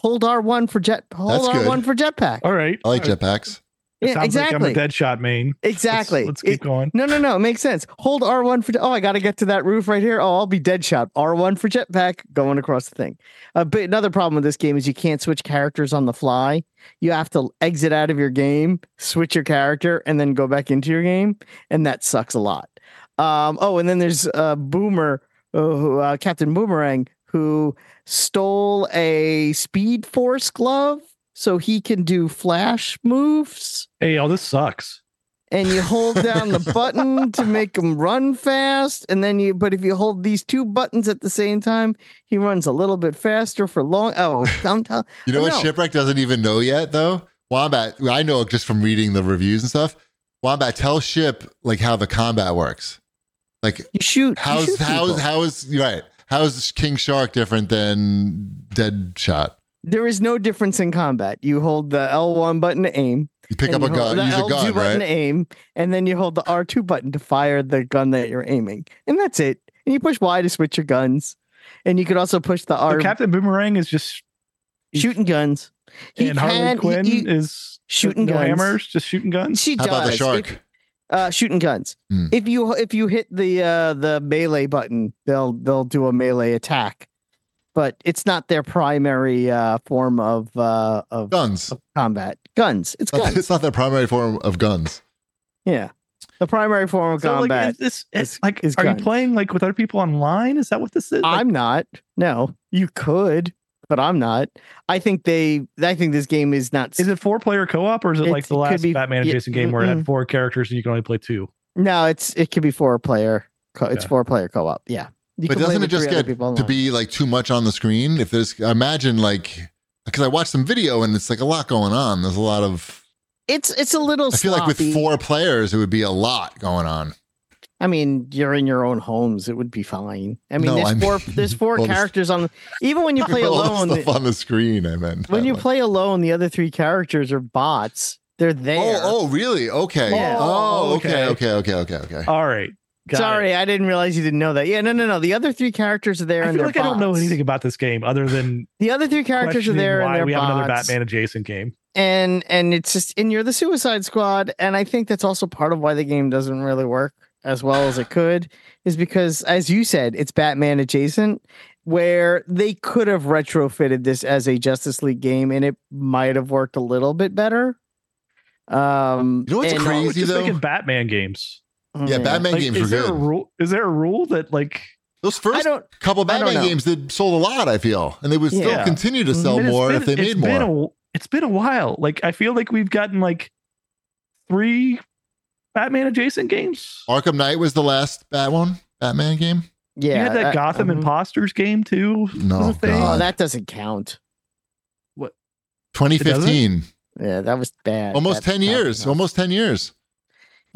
S2: Hold R one for jet. Hold
S1: That's
S2: R
S1: good.
S2: one for jetpack.
S3: All right.
S1: I like
S3: All right.
S1: jetpacks.
S3: It
S2: Yeah,
S3: sounds
S2: exactly.
S3: like I'm a Deadshot main. Let's-
S2: exactly.
S3: Let's,
S2: It-
S3: keep going.
S2: no, no, no. It makes sense. Hold R1 for. Oh, I got to get to that roof right here. Oh, I'll be dead shot. R1 for jetpack going across the thing. Uh, but another problem with this game is you can't switch characters on the fly. You have to exit out of your game, switch your character, and then go back into your game. And that sucks a lot. Um, oh, and then there's uh, Boomer, uh, who- uh, Captain Boomerang, who stole a Speed Force glove so he can do flash moves
S3: Hey, oh, this sucks.
S2: and you hold down the button to make him run fast and then you but if you hold these two buttons at the same time he runs a little bit faster for long oh I'm tell-
S1: You know
S2: I
S1: what
S2: know.
S1: Shipwreck doesn't even know yet though? Wombat, I know just from reading the reviews and stuff. Wombat, tell Ship like how the combat works. Like
S2: you shoot you
S1: how's
S2: shoot
S1: how's
S2: people.
S1: how is right? How's King Shark different than Deadshot?
S2: there is no difference in combat you hold the l1 button to aim
S1: You pick
S2: and
S1: up a
S2: you
S1: gun,
S2: hold the
S1: use a
S2: l2
S1: gun,
S2: button
S1: right?
S2: to aim and then you hold the r2 button to fire the gun that you're aiming and that's it and you push y to switch your guns and you could also push the
S3: So
S2: r
S3: Captain Boomerang is just
S2: shooting guns he
S3: and Harley
S2: can- he-
S3: Quinn
S2: he-
S3: is
S2: shooting
S3: no
S2: guns.
S3: hammers, just shooting guns.
S2: she
S1: How
S2: does
S1: about the
S2: If-
S1: shark?
S2: uh shooting guns
S1: Hmm.
S2: if you if you hit the uh the melee button they'll they'll do a melee attack but it's not their primary uh form of uh of
S1: Guns.
S2: combat guns it's guns
S1: It's not their primary form of guns.
S2: yeah the primary form of
S3: So, like,
S2: combat
S3: is this, it's
S2: is-
S3: like,
S2: is
S3: are
S2: guns.
S3: you playing like with other people online? Is that what this is? Like,
S2: i'm not no you could but i'm not i think they i think this game is not
S3: is it four player co op or is it like
S2: It's-
S3: the
S2: it could
S3: last
S2: be-
S3: Batman and
S2: yeah,
S3: Jason game where it
S2: mm-mm.
S3: had four characters and you can only play two?
S2: no it's it could be four player co- it's
S3: Yeah.
S2: four player co-op yeah you
S1: But
S2: can play
S1: doesn't it
S2: with three
S1: just
S2: other
S1: get
S2: people
S1: to
S2: online.
S1: be like too much on the screen? If there's imagine like because I watched some video and it's like a lot going on. There's a lot of
S2: it's it's a little
S1: I feel like with
S2: sloppy.
S1: four players it would be a lot going on.
S2: I mean, you're in your own homes; it would be fine. I mean,
S1: No,
S2: there's
S1: I mean-
S2: four there's four
S1: Well, this-
S2: characters on. Even when you play
S1: All the
S2: alone,
S1: stuff on the screen. I meant
S2: when you
S1: Like-
S2: play alone, the other three characters are bots. They're there.
S1: Oh, oh, really? Okay.
S2: Yeah.
S1: Oh,
S3: Oh,
S1: okay, okay, okay, okay, okay.
S3: All right. Got it.
S2: Sorry, I didn't realize you didn't know that. Yeah, no, no, no. The other three characters are there,
S3: I
S2: and
S3: feel
S2: they're
S3: like I don't know
S2: bots.
S3: anything about this game other than
S2: The other three characters are
S3: questioning
S2: there, and
S3: why
S2: they're
S3: we
S2: bots.
S3: have another Batman and Jason game.
S2: and and it's just and you're the Suicide Squad, and I think that's also part of why the game doesn't really work as well as it could, is because as you said, it's Batman adjacent, where they could have retrofitted this as a Justice League game and it might have worked a little bit better. Um,
S1: You know what's
S2: and- oh,
S1: crazy?
S3: Just
S1: though.
S3: thinking Batman games.
S1: Yeah, Batman
S3: Like,
S1: games were
S3: is there
S1: good.
S3: a rule? Is there a rule that like
S1: Those
S2: I
S1: first
S2: don't.
S1: couple
S2: I don't
S1: Batman
S2: know.
S1: games that sold a lot, I feel, and they would still
S3: Yeah.
S1: continue to sell
S3: And it's
S1: more
S3: been-
S1: if they
S3: it's
S1: made more.
S3: been a- it's been a while. Like I feel like we've gotten like three Batman adjacent games.
S1: Arkham Knight was the last Bat one Batman game.
S2: Yeah,
S3: you had that mm-hmm.
S2: I-
S3: Gotham
S2: mhm.
S3: Imposters game too.
S1: No,
S3: Was a thing.
S2: Oh,
S1: God.
S2: that doesn't count.
S3: doesn't?
S1: 2015,
S2: Yeah, that was bad.
S1: almost
S2: That-
S1: 10
S2: that-
S1: years,
S2: no.
S1: almost 10 years.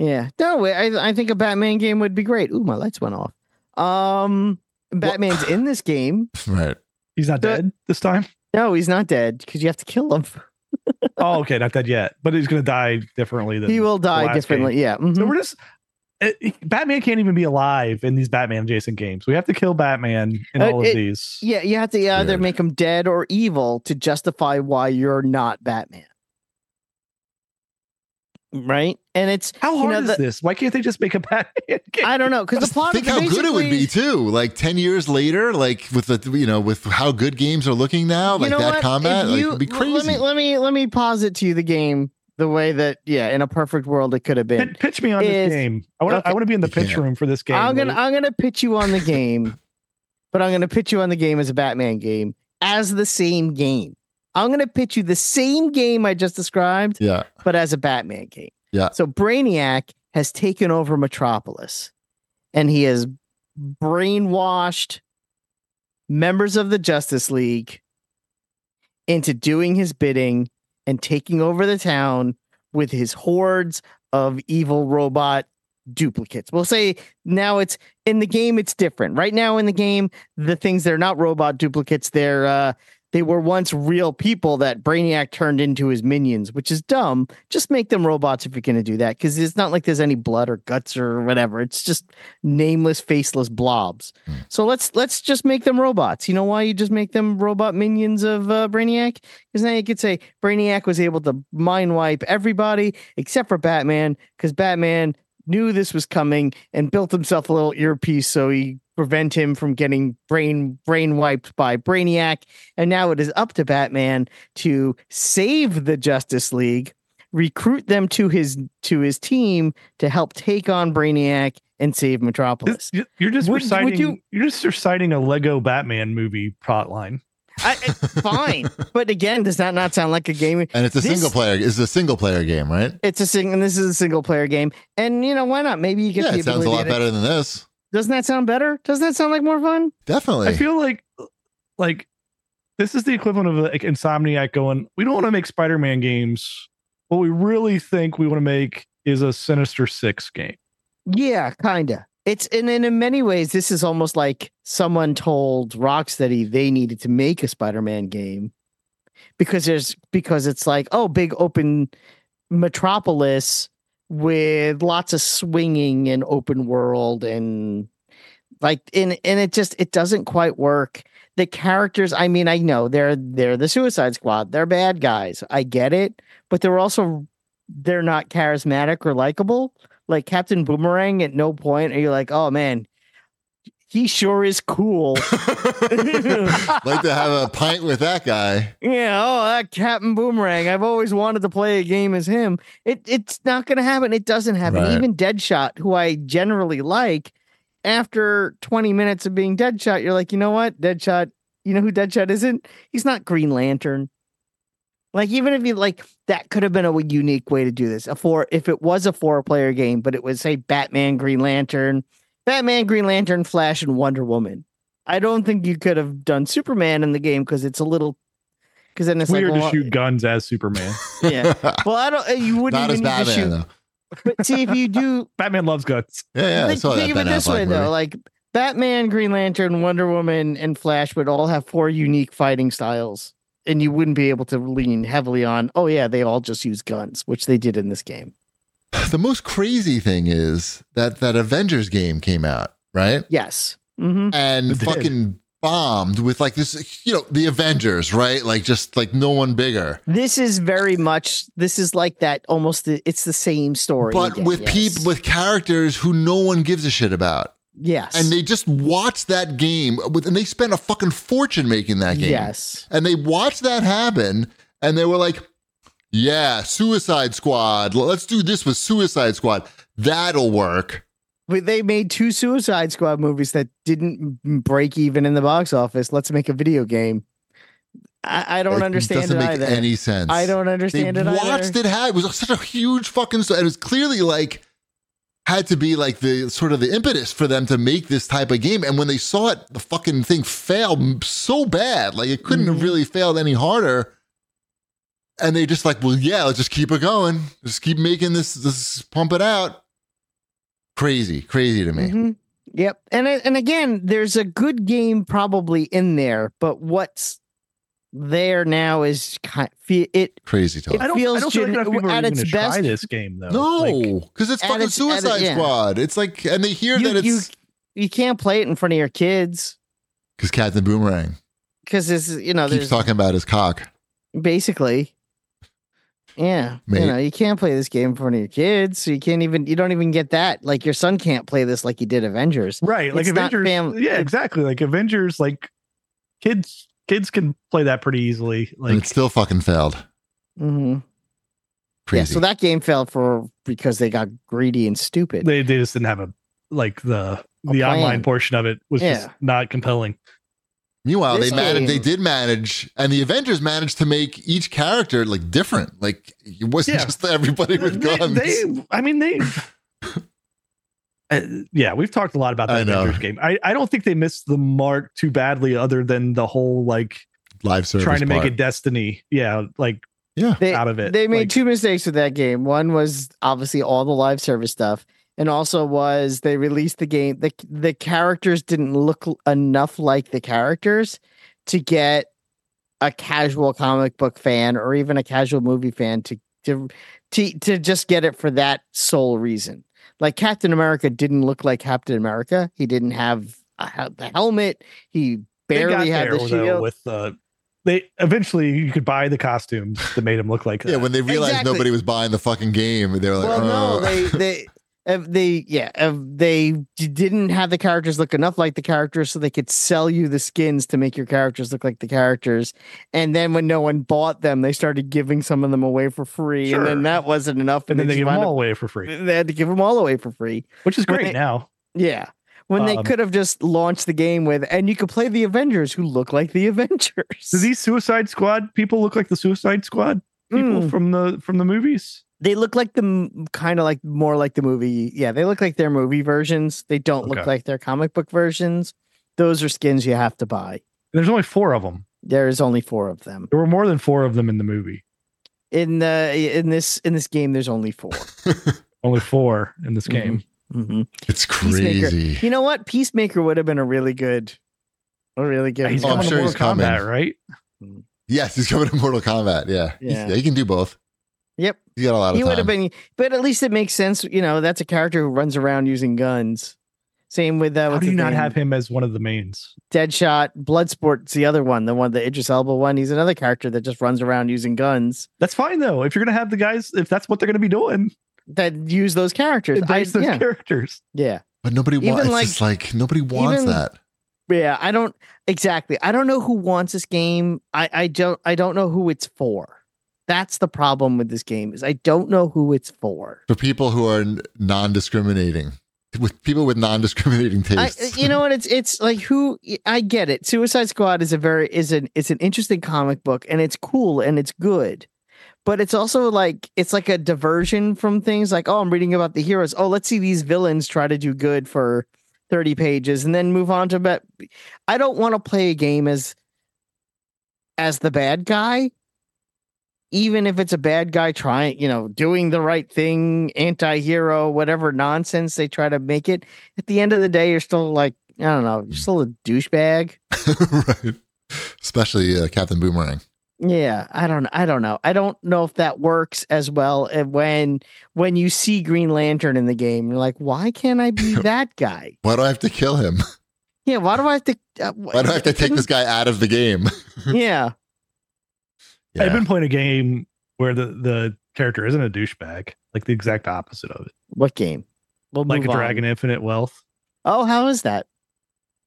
S2: Yeah. No, I, I think a Batman game would be great. Ooh, my lights went off. Um, Batman's in this game.
S1: Right.
S3: He's not
S2: The-
S3: dead this time.
S2: No, he's not dead because you have to kill him.
S3: Oh, okay, not dead yet, but he's gonna die differently than
S2: He will die
S3: last
S2: differently. Yeah.
S3: So
S2: mhm.
S3: we're just it, Batman can't even be alive in these Batman adjacent games. We have to kill Batman in
S2: Uh,
S3: all of
S2: it-
S3: these.
S2: Yeah, you have to either
S1: Weird.
S2: make him dead or evil to justify why you're not Batman. Right? And it's
S3: How
S2: you
S3: hard
S2: know,
S3: is
S2: the-
S3: this? Why can't they just make a Batman game?
S2: I don't know because the
S1: Just
S2: plot.
S1: think
S2: is
S1: how good it would
S2: basically-
S1: be too. Like 10 years later, like with the you know with how good games are looking now,
S2: You
S1: like
S2: know
S1: that
S2: what?
S1: combat,
S2: If
S1: like,
S2: you-
S1: it'd be
S2: l- Let
S1: crazy.
S2: me let me let me posit to you the game the way that yeah, in a perfect world it could have been.
S3: Pit- pitch me on
S2: is-
S3: this game. I want to.
S2: okay.
S3: I want to be in the
S1: You
S3: pitch
S1: can't.
S3: room for this game.
S2: I'm gonna
S3: Lou.
S2: I'm gonna pitch you on the game, but I'm gonna pitch you on the game as a Batman game as the same game. I'm gonna pitch you the same game I just described,
S1: yeah.
S2: but as a Batman game.
S1: Yeah.
S2: So Brainiac has taken over Metropolis, and he has brainwashed members of the Justice League into doing his bidding and taking over the town with his hordes of evil robot duplicates. We'll say now it's in the game it's different. Right now in the game, the things they're not robot duplicates, they're uh they were once real people that Brainiac turned into his minions, which is dumb. Just make them robots if you're going to do that cuz it's not like there's any blood or guts or whatever. It's just nameless faceless blobs.
S1: Hmm.
S2: So let's let's just make them robots. You know why you just make them robot minions of uh, Brainiac? Cuz now you could say Brainiac was able to mind wipe everybody except for Batman cuz Batman knew this was coming and built himself a little earpiece so he prevent him from getting brain brain wiped by Brainiac. And now it is up to Batman to save the Justice League, recruit them to his to his team to help take on Brainiac and save Metropolis.
S3: This- you- you're just
S2: Would- would
S3: reciting.
S2: you-
S3: you, are just reciting a Lego Batman movie plot line.
S2: I, I- fine, but again, does that not sound like a game?
S1: And it's a
S2: This-
S1: single player. It's a single player game, right?
S2: It's a sing, and this is a single player game. And you know why not? Maybe you get
S1: Yeah,
S2: the
S1: it sounds a
S2: ability.
S1: lot
S2: to-
S1: better than this.
S2: Doesn't that sound better? Doesn't that sound like more fun?
S1: Definitely.
S3: I feel like, like, this is the equivalent of like Insomniac going. We don't want to make Spider-Man games. What we really think we want to make is a Sinister Six game.
S2: Yeah, kinda. It's and, and in many ways, this is almost like someone told Rocksteady they needed to make a Spider-Man game because there's because it's like oh, big open metropolis with lots of swinging and open world and like and and it just it doesn't quite work. The characters, I mean, I know they're they're the Suicide Squad, they're bad guys. I get it, but they're also they're not charismatic or likable like Captain Boomerang at no point are you like, oh man, he sure is cool.
S1: like to have a pint with that guy.
S2: yeah, oh that Captain Boomerang. I've always wanted to play a game as him. It it's not gonna happen. It doesn't happen.
S1: Right.
S2: Even Deadshot, who I generally like, after 20 minutes of being Deadshot, you're like, you know what? Deadshot, you know who Deadshot isn't? He's not Green Lantern. Like, even if you like that could have been a unique way to do this. A four if it was a four-player game, but it was say Batman, Green Lantern, Batman, Green Lantern, Flash, and Wonder Woman. I don't think you could have done Superman in the game because it's a little because then it's
S3: Weird
S2: like well,
S3: to shoot guns as Superman.
S2: Yeah. Well, I don't. uh, You wouldn't
S1: Not as
S2: even need to
S1: Batman
S2: shoot.
S1: though.
S2: But see, if you do,
S3: Batman loves guns.
S1: Yeah, yeah. I
S2: think,
S1: saw that
S2: think of
S1: Ben
S2: it this
S1: Affleck
S2: way
S1: movie.
S2: though: like Batman, Green Lantern, Wonder Woman, and Flash would all have four unique fighting styles, and you wouldn't be able to lean heavily on. Oh yeah, they all just use guns, which they did in this game.
S1: The most crazy thing is that that Avengers game came out, right?
S2: Yes. Mm-hmm.
S1: And
S3: It did.
S1: fucking bombed with like this, you know, the Avengers, right? Like just like no one bigger,
S2: This is very much. This is like that. Almost. The, it's the same story.
S1: but
S2: again,
S1: with
S2: yes.
S1: people with characters who no one gives a shit about.
S2: Yes.
S1: and they just watch that game with, and they spent a fucking fortune making that game.
S2: Yes.
S1: And they watched that happen and they were like, yeah, Suicide Squad. L- Let's do this with Suicide Squad. That'll work.
S2: But they made two Suicide Squad movies that didn't m- break even in the box office. Let's make a video game. I, I don't
S1: It
S2: understand it,
S1: doesn't make
S2: either.
S1: any sense.
S2: I don't
S1: They
S2: understand it
S1: watched
S2: either.
S1: it happen. It was such a huge fucking story. It was clearly like, had to be like the sort of the impetus for them to make this type of game. And when they saw it, the fucking thing failed so bad. Like it couldn't have
S2: Mhm.
S1: really failed any harder. And they just like, well, yeah, let's just keep it going. Just keep making this, this pump it out. Crazy, crazy to me.
S2: Mhm. Yep. And it- and again, there's a good game probably in there, but what's there now is kind it
S1: Crazy talk.
S2: It feels gen-
S3: enough people are
S2: at
S3: even
S2: its
S3: gonna try
S2: best-
S3: this game though.
S1: no,
S3: Like,
S1: because it's
S2: at
S1: fucking
S2: its- at it-
S1: Suicide
S2: yeah.
S1: Squad. It's like, and they hear
S2: you,
S1: that
S2: you
S1: it's
S2: you can't play it in front of your kids
S1: because Captain Boomerang
S2: because it's you know
S1: keeps
S2: Oh, there's
S1: talking about his cock.
S2: basically yeah
S1: Mate.
S2: you know you can't play this game in front of your kids so you can't even you don't even get that like your son can't play this like he did avengers
S3: right. Like
S2: It's not
S3: Avengers.
S2: fam-
S3: yeah, exactly. Like Avengers. Like kids. Kids can play that pretty easily.
S1: and
S3: Like
S1: it still fucking failed.
S2: Mhm.
S1: Crazy.
S2: yeah so that game failed for because they got greedy and stupid
S3: they, they just didn't have a like the
S2: A
S3: the online
S2: plan.
S3: portion of it was just
S2: Yeah.
S3: not compelling.
S1: Meanwhile, they
S2: This
S1: managed. They
S2: game-
S1: did manage, and the Avengers managed to make each character like different. Like it wasn't
S3: Yeah.
S1: just everybody with
S3: they,
S1: guns.
S3: they- I mean, they. Uh, yeah, we've talked a lot about the
S1: I know.
S3: Avengers game. I, I don't think they missed the mark too badly, other than the whole like
S1: Live service.
S3: trying to make
S1: part.
S3: it Destiny. Yeah, like
S1: Yeah.
S2: They-
S3: out of it.
S2: They made
S3: Like,
S2: two mistakes with that game. One was obviously all the live service stuff, and also was they released the game. the The characters didn't look l- enough like the characters to get a casual comic book fan or even a casual movie fan to to to, to just get it for that sole reason. Like Captain America didn't look like Captain America. He didn't have a, hel- the helmet. He
S3: they got
S2: barely had
S3: there,
S2: the
S3: though,
S2: shield.
S3: with uh, they eventually you could buy the costumes that made him look like that.
S1: Yeah, when they realized
S2: Exactly.
S1: nobody was buying the fucking game, they were like,
S2: well,
S1: "Oh,
S2: no, they they if they yeah if they d- didn't have the characters look enough like the characters, so they could sell you the skins to make your characters look like the characters. And then when no one bought them, they started giving some of them away for free, and
S3: Sure.
S2: then that wasn't enough,
S3: and then they
S2: just
S3: give them
S2: wound
S3: all
S2: up-
S3: away for free,
S2: They had to give them all away for free.
S3: which is
S2: when
S3: great
S2: they-
S3: now.
S2: Yeah. When they
S3: Um,
S2: could have just launched the game with, and you could play the Avengers who look like the Avengers.
S3: Do these Suicide Squad people look like the Suicide Squad people
S2: Mm.
S3: from the from the movies?
S2: they look like the kind of like more like the movie. Yeah, they look like their movie versions. They don't
S3: Okay.
S2: look like their comic book versions. Those are skins you have to buy.
S3: There's only four of them.
S2: There is only four of them
S3: There were more than four of them in the movie.
S2: in the in this in this game. There's only 4
S3: Only four in this
S2: Mhm.
S3: game.
S2: Mhm.
S1: it's
S2: Peacemaker.
S1: crazy."
S2: You know what? Peacemaker would have been a really good, a really good.
S3: He's
S1: Oh, I'm
S3: coming
S2: one.
S3: to
S1: sure he's
S3: Mortal Kombat,
S1: coming.
S3: right?
S1: Yes, he's coming to Mortal Kombat. Yeah,
S2: Yeah.
S1: he can do both.
S2: Yep,
S1: He got a lot of
S2: he would
S1: time.
S2: have been. But at least it makes sense. You know, that's a character who runs around using guns. Same with uh,
S3: How
S2: what's
S3: do you
S2: his
S3: not
S2: name?
S3: have him as one of the mains?
S2: Deadshot, Bloodsport's the other one, the one the Idris Elba one. He's another character that just runs around using guns
S3: That's fine though. If you're gonna have the guys, if that's what they're gonna be doing,
S2: that use those characters. I,
S3: embrace those
S2: yeah,
S3: characters.
S2: yeah,
S1: but nobody
S2: even
S1: wants.
S2: like-
S1: Like, it's like nobody wants
S2: even-
S1: that.
S2: yeah. I don't exactly. I don't know who wants this game. I I don't I don't know who it's for. That's the problem with this game is I don't know who it's for.
S1: For people who are non-discriminating, with people with non-discriminating
S2: I,
S1: tastes.
S2: you know what? It's it's like who I get it. Suicide Squad is a very is an it's an interesting comic book and it's cool and it's good, but it's also like it's like a diversion from things like oh I'm reading about the heroes oh let's see these villains try to do good for thirty pages and then move on to bet. I don't want to play a game as as the bad guy. Even if it's a bad guy trying, you know, doing the right thing, anti hero, whatever nonsense they try to make it, at the end of the day, you're still like, I don't know, you're still a douchebag.
S1: right. Especially uh, Captain Boomerang.
S2: Yeah, I don't, I don't know. I don't know if that works as well. And when when you see Green Lantern in the game, you're like, why can't I be that guy?
S1: Why do I have to kill him?
S2: Yeah, why do I have to? Uh,
S1: Why do I have to take this guy out of the game?
S2: Yeah,
S3: I've
S1: Yeah.
S3: been playing a game where the the character isn't a douchebag, like the exact opposite of it,
S2: what game? We'll
S3: like
S2: move
S3: a
S2: on.
S3: Dragon Infinite Wealth.
S2: Oh, how is that?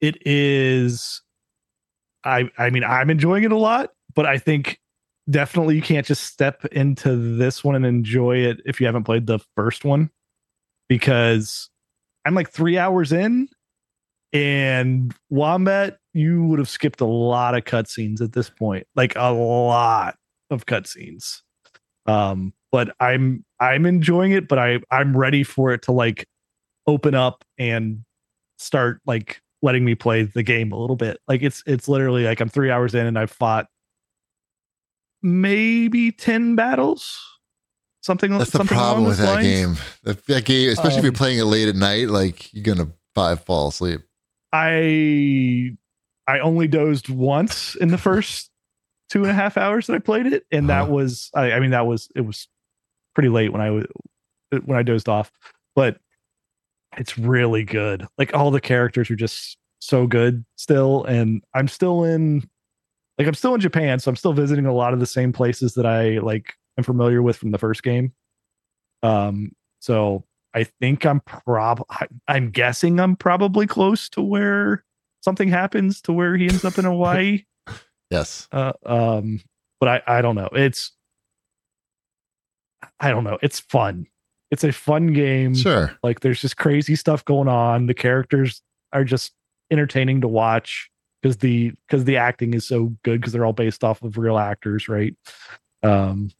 S3: it is i i mean i'm enjoying it a lot but i think definitely you can't just step into this one and enjoy it if you haven't played the first one because i'm like three hours in and wombat you would have skipped a lot of cutscenes at this point like a lot of cutscenes um but i'm i'm enjoying it but i i'm ready for it to like open up and start like letting me play the game a little bit. Like it's it's literally like I'm three hours in and I've fought maybe ten battles, something.
S1: That's the
S3: something along
S1: problem with
S3: those
S1: that
S3: lines.
S1: game. That, that game, especially if you're
S3: Um,
S1: playing it late at night, like you're gonna fi- fall asleep.
S3: I I only dozed once in the first two and a half hours that I played it, and that
S1: Uh-huh.
S3: was I, I mean that was it was pretty late when I was when I dozed off, but it's really good. Like all the characters are just so good still, and I'm still in like I'm still in Japan, so I'm still visiting a lot of the same places that I like am familiar with from the first game. Um, so I think I'm prob I- I'm guessing I'm probably close to where something happens to where he ends up in Hawaii.
S1: Yes.
S3: Uh, um, but I I don't know. It's I don't know. It's fun. It's a fun game.
S1: Sure.
S3: Like there's just crazy stuff going on. The characters are just entertaining to watch because the because the acting is so good because they're all based off of real actors, right? Um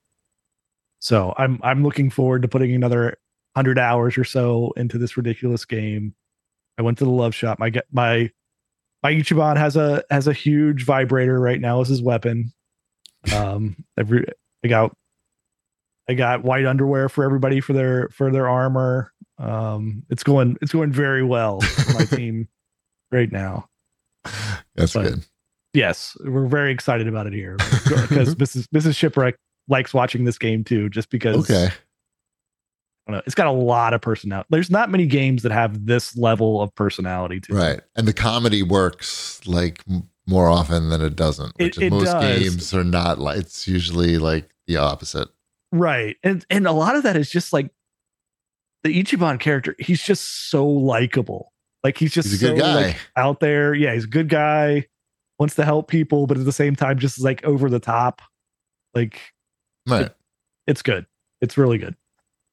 S3: so I'm I'm looking forward to putting another hundred hours or so into this ridiculous game. I went to the love shop. My ge- my my Ichiban has a has a huge vibrator right now as his weapon. Um every I got I got white underwear for everybody for their for their armor. Um, it's going it's going very well for my team right now.
S1: That's
S3: But-
S1: good.
S3: Yes, we're very excited about it here because Mrs. Mrs. Shipwreck likes watching this game too, just because
S1: Okay.
S3: I don't know, it's got a lot of personality. There's not many games that have this level of personality to them.
S1: Right. And the comedy works like m- more often than it doesn't,
S3: It-
S1: which in
S3: it
S1: most
S3: does.
S1: games are not like it's usually like the opposite.
S3: Right. And and a lot of that is just like the Ichiban character, he's just so likable. Like he's just
S1: He's a good
S3: so,
S1: guy.
S3: like, out there. Yeah, he's a good guy, wants to help people, but at the same time, just like over the top. Like
S1: right.
S3: it's good. It's really good.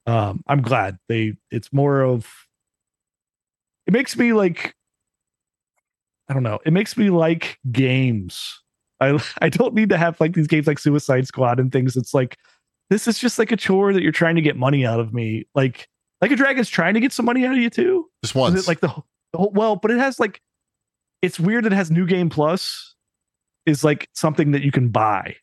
S3: Um, I'm glad they. It's more of. It makes me like. I don't know. It makes me like games. I I don't need to have like these games like Suicide Squad and things. It's like this is just like a chore that you're trying to get money out of me. Like like a dragon's trying to get some money out of you too.
S1: Just
S3: Is
S1: once.
S3: it like the, wh- the whole, well, but it has like it's weird that it has new game plus is like something that you can buy.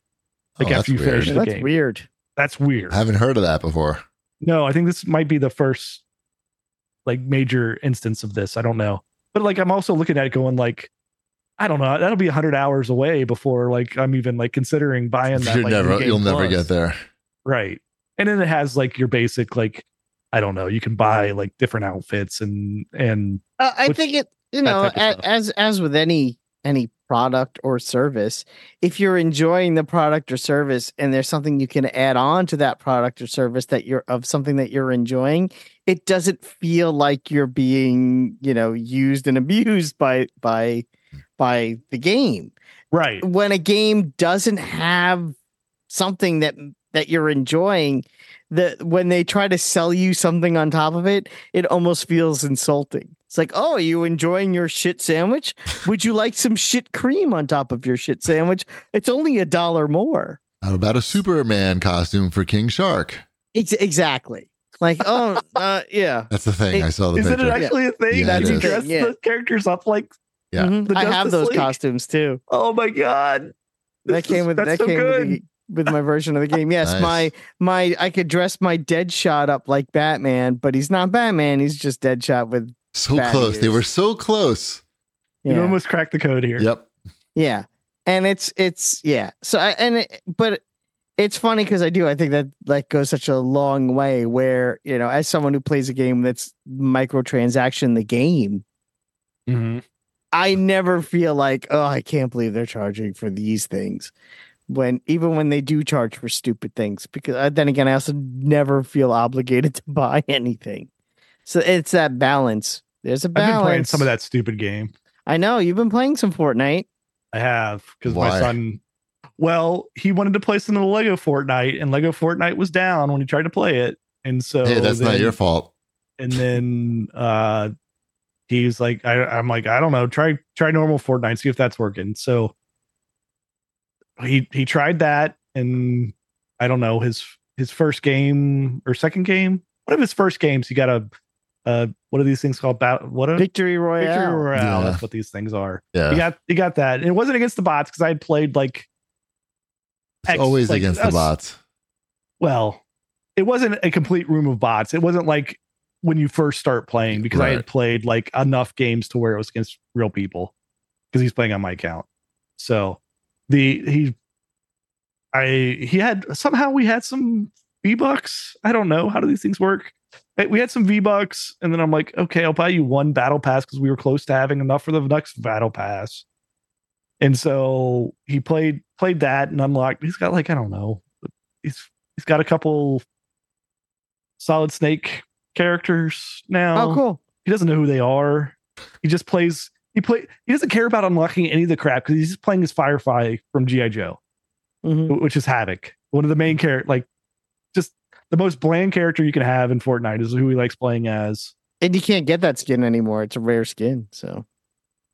S3: like,
S1: Oh,
S3: after
S1: that's
S3: you finish
S1: weird.
S3: the
S2: That's
S3: game.
S2: weird.
S3: That's weird.
S1: I haven't heard of that before.
S3: No, I think this might be the first like major instance of this. I don't know. But like I'm also looking at it going like I don't know. That'll be 100 hours away before like I'm even like considering buying that.
S1: You're
S3: like, new
S1: never,
S3: game
S1: you'll never
S3: plus.
S1: get there.
S3: Right. And then it has like your basic like I don't know. You can buy like different outfits and and
S2: Uh, I
S3: Which-
S2: think it. You
S3: that
S2: know,
S3: type of
S2: a-
S3: stuff.
S2: as as with any any product or service, if you're enjoying the product or service, and there's something you can add on to that product or service that you're of something that you're enjoying, it doesn't feel like you're being you know used and abused by by
S3: Hmm.
S2: by the game.
S3: right.
S2: when a game doesn't have something that that you're enjoying that when they try to sell you something on top of it it almost feels insulting it's like oh are you enjoying your shit sandwich would you like some shit cream on top of your shit sandwich it's only a dollar more
S1: How about a Superman costume for King Shark?
S2: Ex- exactly like oh uh, yeah
S1: That's the thing.
S2: It-
S1: I saw the
S3: Is it
S1: picture.
S3: actually a thing?
S1: Yeah, it
S3: Can you
S1: is.
S3: dress
S2: Yeah.
S3: the characters up like
S1: Yeah.
S2: Mhm.
S3: The
S2: i have
S3: Justice
S2: those
S3: League.
S2: costumes too
S3: oh my god.
S2: that
S3: This is-
S2: came with
S3: that's
S2: that
S3: so
S2: came with,
S3: good.
S2: the, with my version of the game. Yes,
S1: Nice.
S2: my my I could dress my Deadshot up like Batman, but he's not Batman. He's just Deadshot with
S1: so
S2: bad
S1: close. They
S2: news.
S1: were so close.
S2: yeah,
S3: You almost cracked the code here.
S1: Yep.
S2: yeah, and it's it's yeah. So I and it, but it's funny because I do I think that like goes such a long way. Where you know, as someone who plays a game that's microtransaction, the game. I never feel like, oh, I can't believe they're charging for these things. When even when they do charge for stupid things, because uh, then again, I also never feel obligated to buy anything. So it's that balance There's a
S3: I've
S2: balance.
S3: been playing some of that stupid game.
S2: I know you've been playing some Fortnite.
S3: I have because my
S1: Why?
S3: son. Well, he wanted to play some of the Lego Fortnite, and Lego Fortnite was down when he tried to play it, and so
S1: hey, that's not
S3: then-
S1: your fault.
S3: And then uh, he's like, I, "I'm like, I don't know. Try try normal Fortnite, see if that's working." So he he tried that, and I don't know his his first game or second game. One of his first games, he got a uh, what are these things called? Bat- what a
S2: Victory Royale.
S3: Victory Royale.
S1: Yeah.
S3: That's what these things are
S1: Yeah,
S3: you got you got that. And it wasn't against the bots because I had played like
S1: it's
S3: X,
S1: always
S3: like,
S1: against the
S3: us-
S1: bots.
S3: well, it wasn't a complete room of bots. It wasn't like when you first start playing because I
S1: Right.
S3: had played like enough games to where it was against real people because he's playing on my account. So the he I he had somehow we had some V bucks. I don't know how do these things work. Hey, We had some V bucks, and then I'm like, okay, I'll buy you one battle pass because we were close to having enough for the next battle pass. And so he played played that and unlocked. He's got like I don't know. He's he's got a couple solid snake characters now
S2: Oh, cool.
S3: he doesn't know who they are. He just plays. He play. He doesn't care about unlocking any of the crap because he's just playing his Firefly from GI Joe,
S2: Mhm.
S3: wh- which is Havoc, one of the main character. Like, just the most bland character you can have in Fortnite is who he likes playing as.
S2: And you can't get that skin anymore. It's a rare skin, so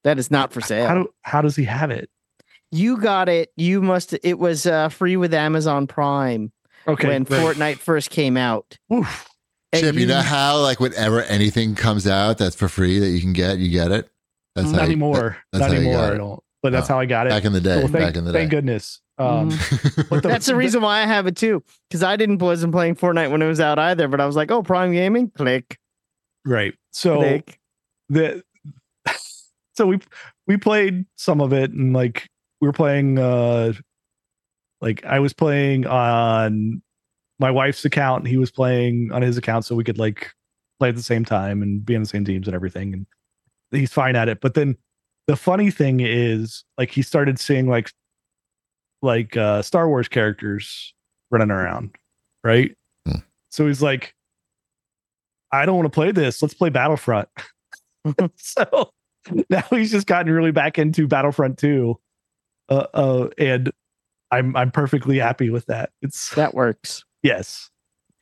S2: that is not for sale.
S3: How do how does he have it?
S2: you got it. You must. It was uh, free with Amazon Prime
S3: Okay,
S2: when
S3: great.
S2: Fortnite first came out.
S3: Oof.
S2: And
S1: Chip, you know how like whenever anything comes out that's for free that you can get, you get it. That's
S3: not
S1: how you-
S3: anymore.
S1: that's
S3: not
S1: how you
S3: anymore.
S1: got
S3: I
S1: it.
S3: don't. But that's how I got
S1: that-
S3: it.
S1: back in the day.
S3: Well, thank,
S1: back in the
S3: thank
S1: day.
S3: goodness. Um, what the-
S2: Mm-hmm. That's the reason why I have it too, because I didn't wasn't playing Fortnite when it was out either. But I was like, oh, Prime Gaming, click,
S3: Right. So
S2: click.
S3: the so we we played some of it and like we were playing uh like I was playing on my wife's account and he was playing on his account so we could like play at the same time and be on the same teams and everything and he's fine at it but then the funny thing is like he started seeing like like uh Star Wars characters running around right
S1: Hmm.
S3: so he's like I don't want to play this let's play Battlefront so now he's just gotten really back into Battlefront 2. Uh, uh, and I'm I'm perfectly happy with that. It's
S2: That works.
S3: yes.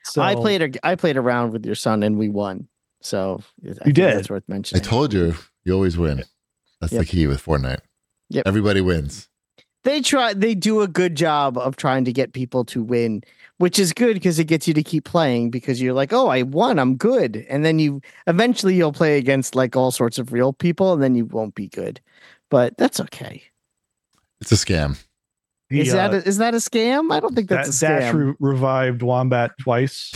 S3: So
S2: I played. A, I played a round with your son, and we won. So I think
S3: did.
S2: That's worth
S1: I
S2: mentioning.
S1: told you, you always win. That's the
S2: Yep.
S1: key with Fortnite.
S2: Yep.
S1: Everybody wins.
S2: they try. They do a good job of trying to get people to win, which is good because it gets you to keep playing because you're like, oh, I won. I'm good. And then you eventually you'll play against like all sorts of real people, and then you won't be good. But that's okay.
S1: It's a scam.
S3: the,
S2: is that a,
S3: uh,
S2: is that a scam? I don't think
S3: that
S2: that's a scam.
S3: Dash re- revived Wombat twice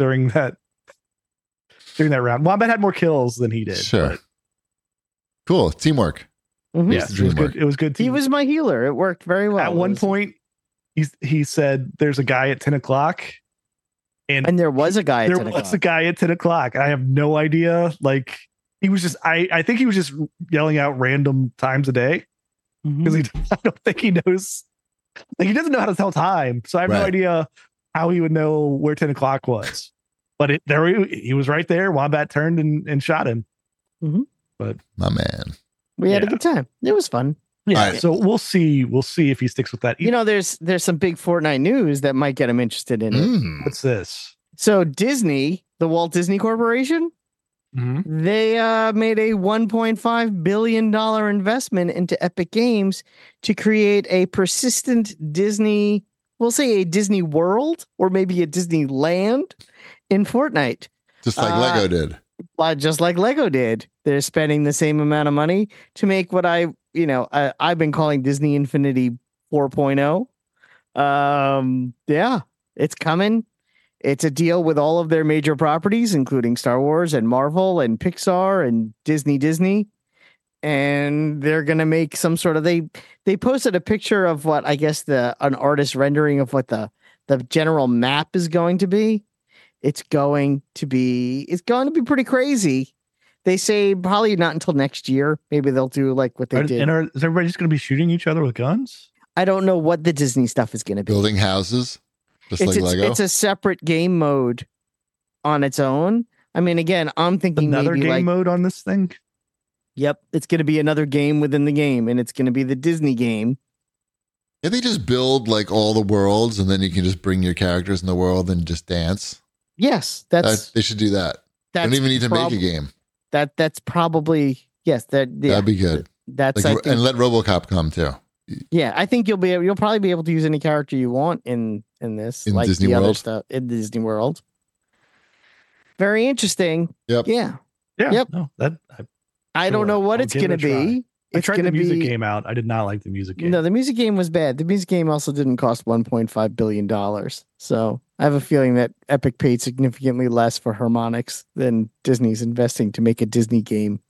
S3: during that during that round. Wombat had more kills than he did.
S1: Sure.
S3: but
S1: Cool. Teamwork.
S2: Mhm.
S1: Here's
S3: yes,
S1: the
S3: Mm-hmm. it
S1: dream
S3: was good. It was good.
S2: He
S3: team-
S2: was my healer. It worked very well.
S3: Mm-hmm. at
S2: It
S3: one
S2: was-
S3: point. He he said, "There's a guy at ten o'clock." And
S2: and there was a guy.
S3: there
S2: at 10
S3: was a
S2: o'clock.
S3: guy at 10 o'clock i have no idea like he was just i i think he was just yelling out random times a day
S2: Mhm.
S3: because he i don't think he knows like he doesn't know how to tell time so i have no
S1: Right.
S3: idea how he would know where 10 o'clock was but it there he, he was right there wombat turned and, and shot him
S2: Mm-hmm.
S1: My man.
S2: We had a
S3: Yeah.
S2: good time. It was fun.
S1: Yeah. Alright.
S3: so we'll see we'll see if he sticks with that
S2: You know, there's there's some big Fortnite news that might get him interested in
S3: Hmm?
S2: it.
S1: Mm.
S3: what's this
S2: So Disney, the Walt Disney Corporation, they uh, made a 1.5 billion dollar investment into Epic Games to create a persistent Disney, we'll say a Disney World or maybe a Disneyland in Fortnite.
S1: Just like
S2: Uh,
S1: Lego did.
S2: like just like Lego did. They're spending the same amount of money to make what I, you know, I, I've been calling Disney Infinity 4.0. oh. Um, yeah, it's coming. It's a deal with all of their major properties, including Star Wars and Marvel and Pixar and Disney Disney. And they're gonna make some sort of they they posted a picture of what I guess the an artist rendering of what the the general map is going to be it's going to be it's going to be pretty crazy. They say probably not until next year. Maybe they'll do like what they
S3: Are-
S2: did.
S3: and are, is everybody just going to be shooting each other with guns
S2: I don't know what the Disney stuff is going to be.
S1: Building houses. Just
S2: It's,
S1: like
S2: it's,
S1: Lego.
S2: it's a separate game mode on its own. I mean, again, I'm thinking
S3: Another
S2: maybe
S3: game
S2: like,
S3: mode on this thing.
S2: yep, it's going to be another game within the game, and it's going to be the Disney game.
S1: Yeah, they just build like all the worlds, and then you can just bring your characters in the world and just dance.
S2: Yes,
S1: That-
S2: that's
S1: they should do that. They
S2: that's
S1: don't even need to
S2: prob-
S1: make a game.
S2: that that's probably yes. That yeah,
S1: That'd be good.
S2: that's
S1: Like,
S2: I
S1: ro-
S2: think,
S1: and let RoboCop come too
S2: yeah. I think you'll be able- you'll probably be able to use any character you want in in this
S1: In
S2: like
S1: Disney
S2: the other
S1: World?
S2: stuff in Disney World. Very interesting.
S1: Yep.
S2: Yeah,
S3: Yeah.
S2: Yep.
S3: No, that I,
S2: I don't
S3: Sure.
S2: know what
S3: I'll
S2: it's
S3: give it
S2: going to
S3: a try.
S2: be.
S3: I
S2: It's
S3: tried
S2: going to
S3: the music
S2: be
S3: game out. I did not like the music game.
S2: No, the music game was bad. The music game also didn't cost $1.5 billion. So I have a feeling that Epic paid significantly less for harmonics than Disney's investing to make a Disney game.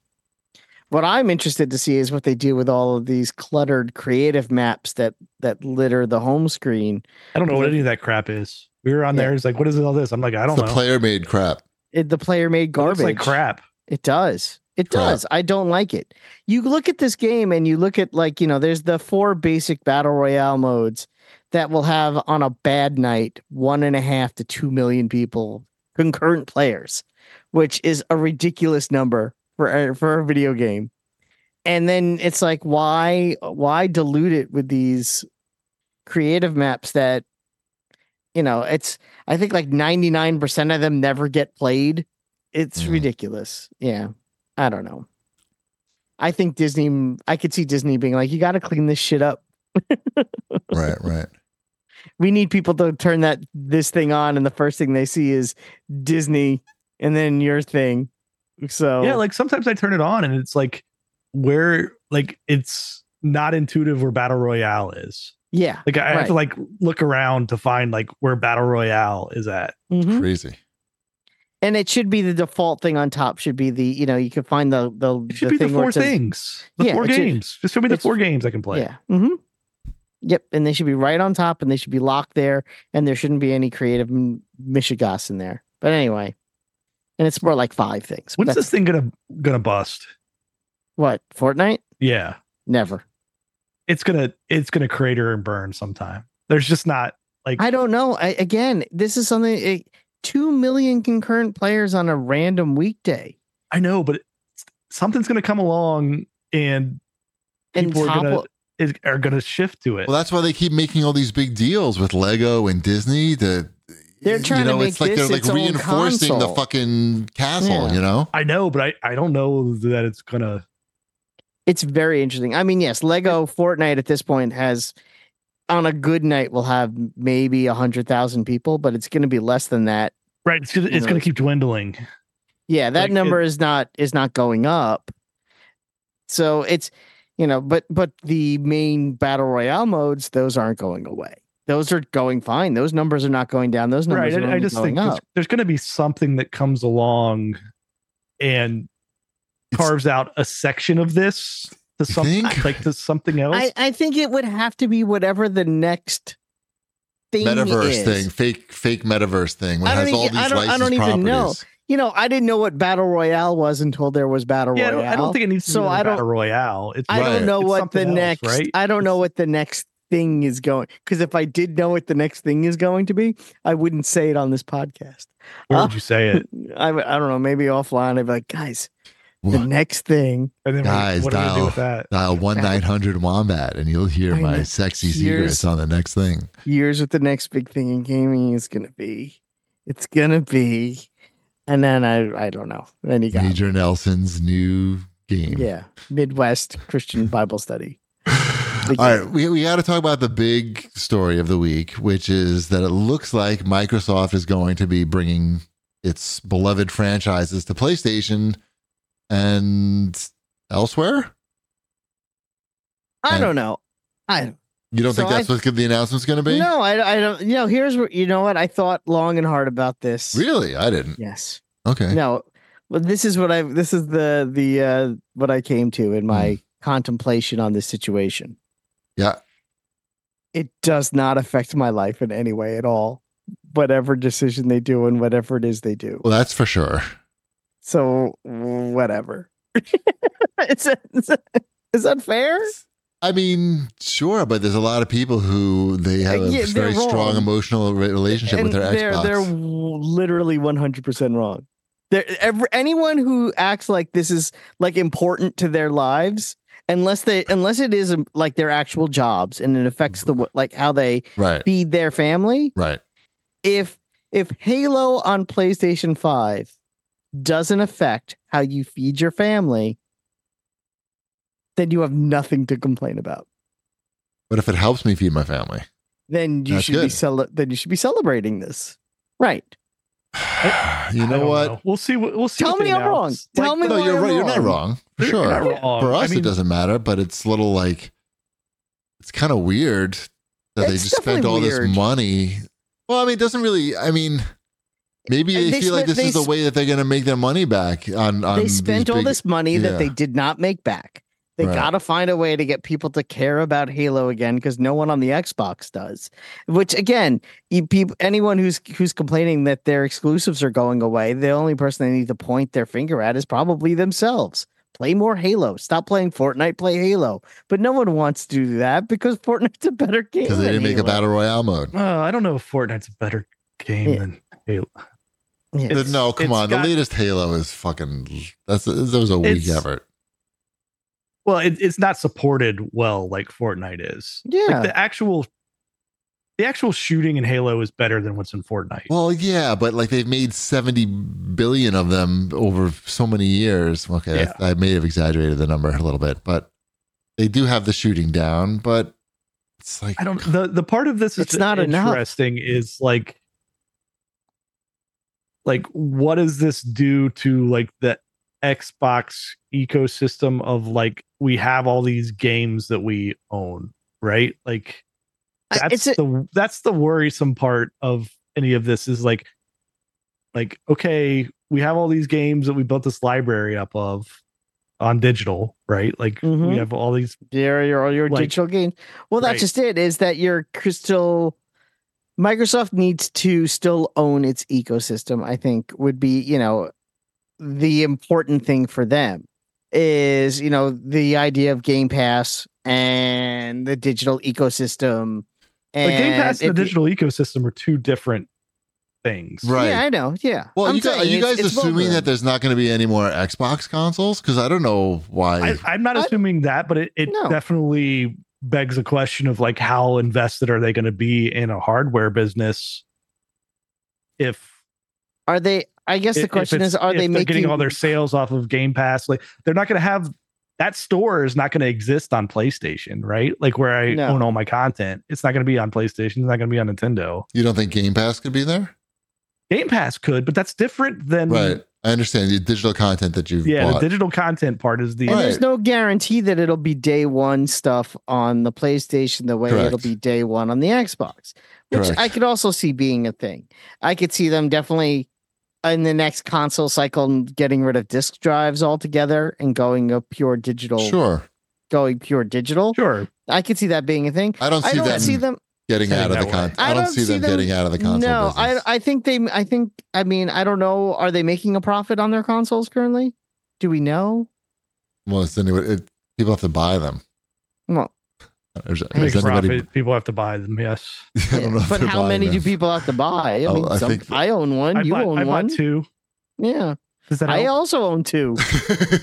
S2: What I'm interested to see is what they do with all of these cluttered creative maps that that litter the home screen.
S3: I don't know what any of that crap is. We were on
S2: Yeah.
S3: there. It's like, what is all this? I'm like, I don't
S1: the
S3: know.
S1: player made crap.
S2: It, the player made
S3: It
S2: garbage.
S3: looks like crap.
S2: It does. It
S1: Crap.
S2: does. I don't like it. You look at this game and you look at like, you know, there's the four basic battle royale modes that will have on a bad night one and a half to two million people concurrent players, which is a ridiculous number for a- for a video game. And then it's like, why why dilute it with these creative maps that you know it's I think like 99% of them never get played. It's
S1: Mhm.
S2: ridiculous. Yeah. I don't know. I think Disney I could see Disney being like, you gotta clean this shit up.
S1: Right, right.
S2: We need people to turn that this thing on, and the first thing they see is Disney and then your thing. So
S3: Yeah, like sometimes I turn it on and it's like where like it's not intuitive where battle royale is.
S2: yeah.
S3: Like I have to
S2: Right.
S3: like look around to find like where battle royale is at.
S2: Mhm.
S1: Crazy.
S2: And it should be the default thing on top should be the, you know, you can find the the
S3: It should
S2: the
S3: be the
S2: thing where
S3: four
S2: it says-
S3: things. The
S2: Yeah,
S3: four
S2: it should-
S3: games. Just show me the
S2: it's-
S3: four games I can play.
S2: Yeah. hmm Yep. And they should be right on top and they should be locked there and there shouldn't be any creative m- mishigas in there. But anyway, and it's more like five things.
S3: When's
S2: That's-
S3: this thing gonna gonna bust?
S2: What? Fortnite?
S3: Yeah.
S2: Never.
S3: It's gonna it's gonna crater and burn sometime. There's just not like
S2: I don't know. I, again, this is something, it, 2 million concurrent players on a random weekday.
S3: I know, but it's- something's gonna come along and
S2: And
S3: people are gonna
S2: topple-
S3: is, are gonna shift to it.
S1: Well, that's why they keep making all these big deals with Lego and Disney. To
S2: They're trying
S1: you
S2: to
S1: know,
S2: make
S1: it's like
S2: this
S1: they're like
S2: its own
S1: reinforcing the
S2: console.
S1: fucking castle.
S2: Yeah.
S1: You know,
S3: I know, but I, I don't know that it's gonna
S2: it's very interesting. I mean, yes, Lego Fortnite at this point has, on a good night, will have maybe 100,000 people, but it's going to be less than that
S3: right. It's gonna,
S2: You
S3: it's
S2: know,
S3: gonna keep dwindling.
S2: Yeah, that
S3: Like, it-
S2: number is not is not going up. So it's you know, but but the main battle royale modes, those aren't going away. Those are going fine. Those numbers are not going down. Those numbers
S3: Right.
S2: are
S3: I, I
S2: only
S3: just
S2: going
S3: think there's,
S2: up.
S3: there's gonna be something that comes along and
S1: It's-
S3: carves out a section of this to
S1: You
S3: something
S1: think?
S3: like to something else.
S2: I, I think it would have to be whatever the next thing
S1: metaverse
S2: is.
S1: thing, fake fake metaverse thing. When
S2: I
S1: it
S2: don't
S1: has all
S2: even-
S1: these
S2: I don't- I
S1: licensed
S2: don't even know.
S1: properties.
S2: You know, I didn't know what battle royale was until there was battle
S3: yeah, I
S2: royale.
S3: don't, I don't think it needs to
S2: So
S3: be
S2: I
S3: I
S2: don't-
S3: battle royale. It's
S2: I
S1: Right.
S2: don't know
S3: It's
S2: what the
S3: something else,
S2: next.
S3: right?
S2: I don't know
S3: It's-
S2: what the next thing is going. Because if I did know what the next thing is going to be, I wouldn't say it on this podcast.
S3: where
S2: uh,
S3: would you say it?
S2: I, w- I don't know. Maybe offline, I'd be like, guys, the
S1: What?
S2: next thing.
S3: And then
S1: Guys,
S3: what, what are we gonna
S1: dial-
S3: do with that?
S1: Dial Uh, one nine hundred wombat, and you'll hear
S2: I
S1: my
S2: know.
S1: sexy
S2: Here's-
S1: secrets on the next thing.
S2: Here's what the next big thing in gaming is going to be. It's going to be, and then I I don't know. Then you got
S1: Major Nelson's new game.
S2: yeah Midwest Christian Bible Study.
S1: All right, we, we got to talk about the big story of the week, which is that it looks like Microsoft is going to be bringing its beloved franchises to PlayStation and elsewhere.
S2: I
S1: And-
S2: don't know. I
S1: You don't
S2: So
S1: think that's
S2: I-
S1: what the announcement's going to be?
S2: no. I, I don't. You know. Here's what you know. What I thought long and hard about this.
S1: Really? I didn't.
S2: Yes.
S1: Okay.
S2: No, well, this is what I this is the the uh what I came to in my contemplation on this situation.
S1: Mm. Yeah.
S2: It does not affect my life in any way at all. Whatever decision they do and whatever it is they do.
S1: Well, that's for sure.
S2: So whatever. is, that, is, that, is that fair?
S1: I mean, sure, but there's a lot of people who they have a
S2: Yeah, they're
S1: very
S2: wrong.
S1: strong emotional re- relationship with their
S2: they're
S1: Xbox.
S2: they're w- literally one hundred percent wrong. There, ever, anyone who acts like this is like important to their lives, unless they unless it is um, like their actual jobs and it affects
S1: Mm-hmm.
S2: the w- like how they
S1: Right.
S2: feed their family.
S1: Right.
S2: If if Halo on PlayStation Five doesn't affect how you feed your family, then you have nothing to complain about.
S1: But if it helps me feed my family,
S2: Then you
S1: That's
S2: should be
S1: good.
S2: cele- then you should be celebrating this, right?
S1: you
S3: I
S1: know
S3: don't
S1: what?
S3: We'll see. what- We'll see.
S2: Tell
S3: what
S2: me
S3: they
S2: I'm wrong.
S3: announce.
S2: Tell me
S1: No,
S2: why
S1: you're
S2: I'm
S1: right. You're not wrong. For
S3: You're
S1: sure.
S3: not wrong.
S1: For us,
S3: I mean,
S1: it doesn't matter, but it's a little like it's kind of weird that they
S2: It's
S1: just spent
S2: definitely
S1: all
S2: weird.
S1: this money. Well, I mean, it doesn't really. I mean, maybe
S2: And
S1: they,
S2: they
S1: feel like this
S2: spent- they
S1: is the
S2: sp-
S1: way that they're going to make their money back. On, on
S2: they
S1: these
S2: spent all
S1: big-
S2: this money
S1: yeah.
S2: that they did not make back. They
S1: Right.
S2: got to find a way to get people to care about Halo again because no one on the Xbox does. Which again, you, peop anyone who's who's complaining that their exclusives are going away, the only person they need to point their finger at is probably themselves. Play more Halo. Stop playing Fortnite. Play Halo. But no one wants to do that because Fortnite's a better game.
S1: because they
S2: than
S1: didn't make a
S2: Halo.
S1: battle royale mode.
S3: Uh, I don't know if Fortnite's a better game
S2: Yeah.
S3: than Halo.
S2: Yeah.
S3: It's-
S1: no, come
S3: it's
S1: on.
S3: got-
S1: the latest Halo is fucking. That's that was a weak
S3: It's-
S1: effort.
S3: Well, it, it's not supported well like Fortnite is.
S2: Yeah.
S3: Like the actual, the actual shooting in Halo is better than what's in Fortnite.
S1: Well, yeah, but like they've made 70 billion of them over so many years. Okay,
S3: Yeah.
S1: I, I may have exaggerated the number a little bit, but they do have the shooting down, but it's like,
S3: I don't. The the part of this is
S2: It's not enough.
S3: interesting. Is like, like what does this do to like the Xbox ecosystem of like we have all these games that we own, right? Like
S2: I-
S3: that's
S2: it's a-
S3: the that's the worrisome part of any of this is like, like okay, we have all these games that we built this library up of on digital, right? Like
S2: Mhm.
S3: we have all these
S2: your your, your
S3: Like-
S2: digital gain. Well, that's
S3: Right.
S2: just it. Is that your crystal? Microsoft needs to still own its ecosystem. I think would be you know the important thing for them is you know the idea of Game Pass and the digital ecosystem. And
S3: like Game Pass and
S2: if
S3: the
S2: you-
S3: digital ecosystem are two different things.
S1: right.
S2: Yeah, I know. Yeah.
S1: Well,
S2: I'm
S1: you guys, are
S2: saying
S1: you
S2: it's-
S1: guys
S2: it's
S1: assuming
S2: vulgar.
S1: that there's not going to be any more Xbox consoles? Because I don't know why.
S3: I, I'm not
S2: I-
S3: assuming that, but it, it
S2: No.
S3: definitely begs a question of like how invested are they going to be in a hardware business if
S2: are they? I guess the
S3: if- if
S2: question
S3: it's-
S2: is: Are
S3: if
S2: they
S3: they're
S2: making
S3: getting all their sales off of Game Pass? Like they're not going to have that store is not going to exist on PlayStation, right? Like where I
S2: No.
S3: own all my content, it's not going to be on PlayStation. It's not going to be on Nintendo.
S1: you don't think Game Pass could be there?
S3: Game Pass could, but that's different than
S1: Right. I understand the digital content that you've
S3: Yeah,
S1: bought.
S3: the digital content part is the
S2: And
S1: Right.
S2: there's no guarantee that it'll be day one stuff on the PlayStation the way it'll
S1: Correct.
S2: be day one on the Xbox, which
S1: Correct.
S2: I could also see being a thing. I could see them definitely in the next console cycle getting rid of disk drives altogether and going a pure digital,
S1: sure.
S2: going pure digital.
S3: sure.
S2: I could see that being a thing.
S1: I don't see
S2: I don't
S1: them
S2: see them.
S1: getting
S3: Heading
S1: out of the
S3: that
S1: con.
S3: way.
S1: I, don't see them, getting out of the console.
S2: No,
S1: business.
S2: I I think they. I think. I mean, I don't know. Are they making a profit on their consoles currently? Do we know?
S1: well, it's anyway, it, people have to buy them.
S2: Well,
S1: Is,
S2: Make
S1: is
S3: Make a
S1: anybody,
S3: profit. People have to buy them. Yes.
S1: I don't know if
S2: but
S1: they're
S2: how
S1: buying
S2: many
S1: them.
S2: do people have to buy? I,
S1: Oh,
S2: mean,
S1: I
S2: some-
S1: think that-
S2: I own one.
S3: I
S2: you
S3: bought,
S2: own
S3: I
S2: one.
S3: bought two.
S2: Yeah,
S3: Does that
S2: I
S3: help?
S2: also own two.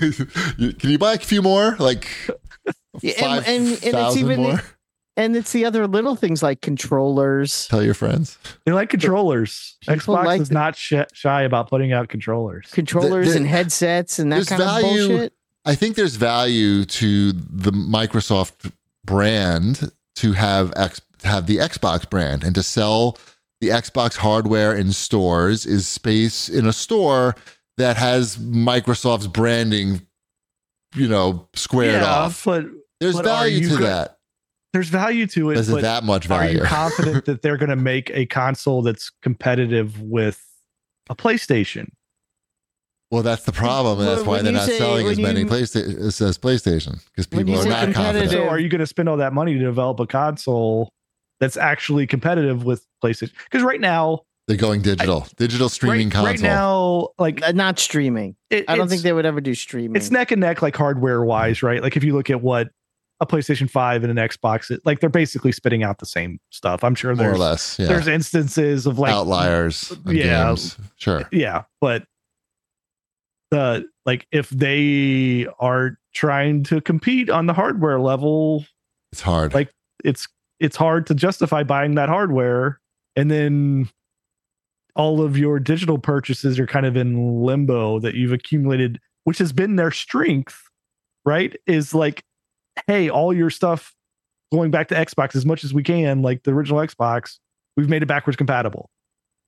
S1: You- Can you buy a few more? Like
S2: Yeah,
S1: five
S2: and- and- and it's
S1: thousand
S2: even- e-
S1: more.
S2: and it's the other little things like controllers.
S1: Tell your friends.
S3: They like controllers.
S2: People
S3: Xbox
S2: like
S3: is
S2: the-
S3: not sh- shy about putting out controllers.
S2: Controllers
S1: the-
S2: and headsets and that
S1: there's
S2: kind
S1: value-
S2: of bullshit.
S1: I think there's value to the Microsoft brand to have X to have the Xbox brand and to sell the Xbox hardware in stores is space in a store that has Microsoft's branding, you know, squared off.
S3: but
S1: There's
S3: but are
S1: value
S3: you
S1: to
S3: go-
S1: that.
S3: there's value to it.
S1: Is it
S3: but
S1: that much
S3: are
S1: value?
S3: you confident that they're going to make a console that's competitive with a PlayStation?
S1: Well, that's the problem, and that's
S2: Well,
S1: why
S2: when
S1: they're
S2: you
S1: not
S2: say-
S1: selling as
S2: when
S1: many
S2: you-
S1: PlayStation as as PlayStation because
S2: When
S1: people
S2: you
S1: are
S2: say
S1: not confident.
S2: competitive-
S3: So are you going to spend all that money to develop a console that's actually competitive with PlayStation? Because right now,
S1: They're going digital, digital streaming
S3: right,
S1: console.
S3: right now, like
S2: Uh, Not streaming.
S3: it,
S2: I don't
S3: it's-
S2: think they would ever do streaming.
S3: it's neck and neck like hardware wise right like if you look at what a playstation 5 and an xbox it, like they're basically spitting out the same stuff i'm sure
S1: more or
S3: there's
S1: less, yeah.
S3: there's instances of like
S1: outliers, and
S3: yeah.
S1: games. Sure,
S3: yeah but the like if they are trying to compete on the hardware level,
S1: It's hard.
S3: Like- it's it's hard to justify buying that hardware and then all of your digital purchases are kind of in limbo that you've accumulated which has been their strength right is like hey all your stuff going back to xbox as much as we can like the original xbox we've made it backwards compatible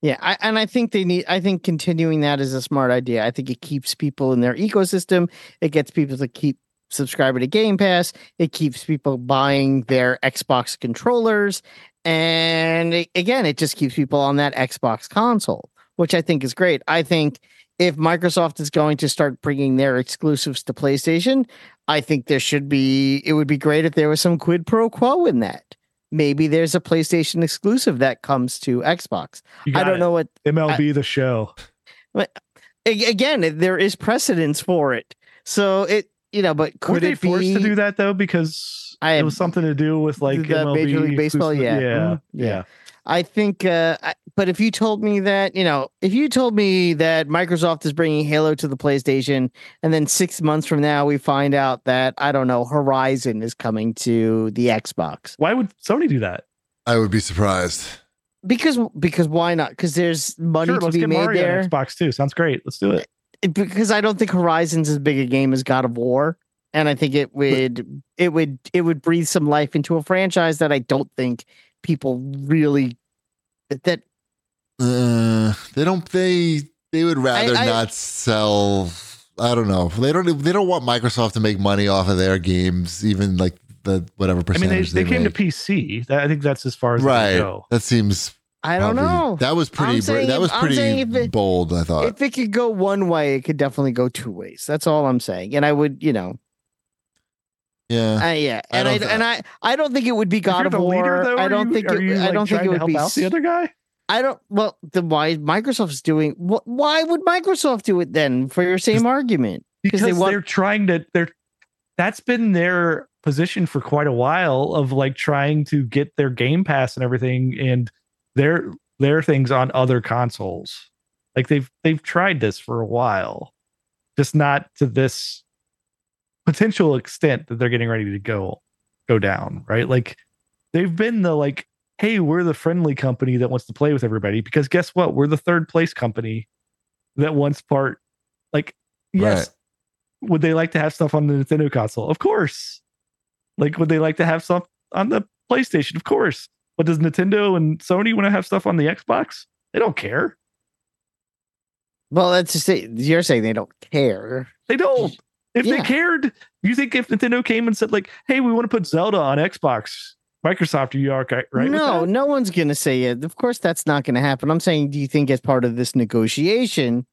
S2: Yeah, I, and I think they need. I think continuing that is a smart idea. I think it keeps people in their ecosystem. It gets people to keep subscribing to Game Pass. It keeps people buying their Xbox controllers, and it- again, it just keeps people on that Xbox console, which I think is great. I think if Microsoft is going to start bringing their exclusives to PlayStation, I think there should be. It would be great if there was some quid pro quo in that. Maybe there's a PlayStation exclusive that comes to Xbox.
S3: You
S2: I
S3: got
S2: don't
S3: it.
S2: know what.
S3: mlb the show
S2: a- Again, there is precedence for it, so it you know. But could
S3: were they
S2: it be
S3: forced to do that though because
S2: I
S3: it
S2: am-
S3: was something to do with like
S2: The
S3: MLB
S2: Major League Baseball?
S3: exclusive-
S2: Yeah.
S3: yeah
S2: Mhm. Yeah.
S3: yeah
S2: I think, uh, I, but if you told me that, you know, if you told me that Microsoft is bringing Halo to the PlayStation, and then six months from now we find out that I don't know Horizon is coming to the Xbox,
S3: why would sony do that
S1: I would be surprised.
S2: because because why not? Because there's money
S3: sure
S2: to
S3: let's
S2: be
S3: get
S2: made
S3: mario
S2: there.
S3: on xbox too sounds great let's do it
S2: it- because I don't think Horizon's as big a game as God of War, and I think it would it would it would breathe some life into a franchise that I don't think people really that
S1: Uh, they don't. They they would rather
S2: I-
S1: not sell. I don't know. They don't. They don't want Microsoft to make money off of their games, even like the whatever
S3: I mean,
S1: percentage
S3: they, they, came
S1: make.
S3: to PC. That, I think that's as far as they
S1: right.
S3: go.
S1: That seems.
S2: I don't
S1: probably-
S2: know.
S1: That was pretty. br-
S2: saying
S1: that
S2: if-
S1: was
S2: I'm
S1: pretty
S2: saying if it-
S1: bold. I thought.
S2: if it could go one way, it could definitely go two ways. That's all I'm saying. And I would, you know,
S1: yeah.
S2: I, yeah,
S1: I
S2: and I,
S1: don't thi-
S2: and I I don't think it would be God of
S3: If you're the
S2: War.
S3: leader, though,
S2: I
S3: are
S2: don't
S3: you-
S2: think
S3: are
S2: it,
S3: you,
S2: I
S3: like,
S2: don't think
S3: trying
S2: it
S3: to
S2: would
S3: help
S2: be
S3: out the
S2: s-
S3: other guy.
S2: I don't. Well, then why Microsoft's doing? What? Why would Microsoft do it then? For your same argument,
S3: because
S2: they
S3: they
S2: want-
S3: are trying to they're that's been their position for quite a while of like trying to get their game pass and everything and their their things on other consoles like they've they've tried this for a while just not to this potential extent that they're getting ready to go go down right like they've been the like hey we're the friendly company that wants to play with everybody because guess what we're the third place company that wants part like yes
S1: Right.
S3: would they like to have stuff on the Nintendo console? Of course. Like, would they like to have stuff on the PlayStation? Of course. But does Nintendo and Sony want to have stuff on the Xbox? They don't care.
S2: Well, that's just it. You're saying they don't care.
S3: They don't. If
S2: Yeah.
S3: they cared, you think if Nintendo came and said, like, hey, we want to put Zelda on Xbox, Microsoft, are you all right? with
S2: no,
S3: that?
S2: no one's going to say it. Of course, that's not going to happen. I'm saying, do you think as part of this negotiation,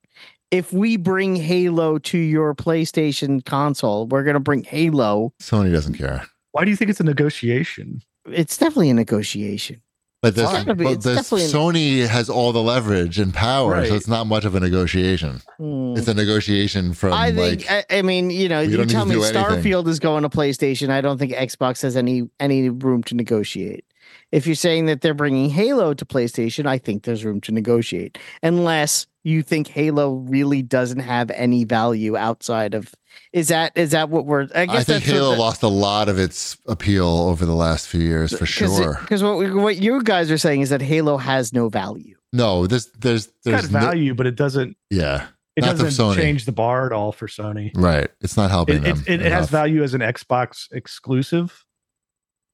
S2: if we bring Halo to your PlayStation console, we're going to bring Halo?
S1: Sony doesn't care.
S3: Why do you think it's a negotiation?
S2: It's definitely a negotiation.
S1: But, there's,
S2: gotta be-
S1: but
S2: it's
S1: there's-
S2: definitely-
S1: Sony has all the leverage and power,
S3: Right.
S1: so it's not much of a negotiation.
S2: Hmm.
S1: It's a negotiation from
S2: I think.
S1: like
S2: I, I mean, you know,
S1: we
S2: you
S1: don't need
S2: tell
S1: to
S2: me
S1: do anything.
S2: Starfield is going to PlayStation. I don't think Xbox has any any room to negotiate. If you're saying that they're bringing Halo to PlayStation, I think there's room to negotiate, unless you think Halo really doesn't have any value outside of. Is that is that what we're? I guess
S1: I think
S2: that's what
S1: Halo
S2: the-
S1: lost a lot of its appeal over the last few years, for sure.
S2: Because what we, what you guys are saying is that Halo has no value.
S1: no, there's there's
S3: It's got
S1: there's no-
S3: value, but it doesn't
S1: yeah,
S3: it
S1: Not from Sony.
S3: doesn't change the bar at all for Sony.
S1: right. It's not helping
S3: It, it,
S1: them.
S3: it, it has
S1: enough.
S3: value as an Xbox exclusive,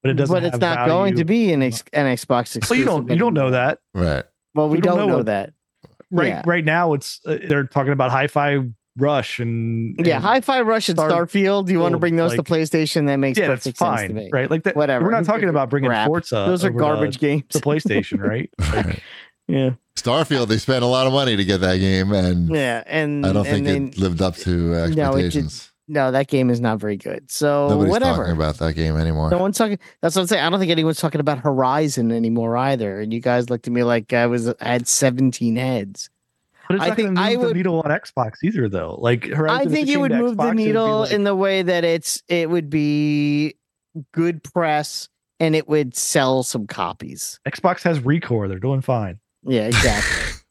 S3: but it doesn't
S2: But it's
S3: have
S2: not going
S3: value
S2: to be an, ex, an Xbox exclusive.
S3: Well, you don't you don't know that
S1: Right.
S2: Well, we,
S3: we
S2: don't,
S3: don't know
S2: know
S3: what-
S2: that.
S3: right
S2: Yeah.
S3: right now. It's uh, they're talking about Hi-Fi Rush and
S2: Yeah,
S3: and-
S2: Hi Fi Rush and
S3: Star-
S2: Starfield. You want to
S3: Starfield,
S2: bring those to
S3: like-
S2: PlayStation? That makes
S3: yeah, that's
S2: perfect sense to
S3: fine,
S2: me.
S3: right? Like that.
S2: Whatever.
S3: We're
S2: Who
S3: not talking
S2: gives a
S3: about bringing
S2: crap?
S3: Forza.
S2: Those are
S3: over to uh,
S2: garbage games.
S3: The PlayStation, right?
S1: right.
S2: yeah,
S1: Starfield. They spent a lot of money to get that game, and
S2: yeah, and
S1: I don't
S2: and
S1: think
S2: then,
S1: it lived up to uh,
S2: it did-
S1: expectations.
S2: no, that game is not very good. So
S1: Nobody's talking
S2: whatever.
S1: about that game anymore.
S2: No one's talking. That's what I'm saying. I don't think anyone's talking about Horizon anymore either. And you guys looked at me like I was I had 17 heads.
S3: But it's
S2: I
S3: not
S2: think
S3: going to
S2: I
S3: move
S2: would-
S3: the needle on Xbox either, though. Like, Horizon,
S2: I
S3: if
S2: think it
S3: came
S2: would
S3: to
S2: move
S3: Xbox, it
S2: the
S3: would be
S2: needle
S3: like-
S2: in the way that it's it would be good press and it would sell some copies.
S3: Xbox has Recore. They're doing fine.
S2: Yeah, exactly.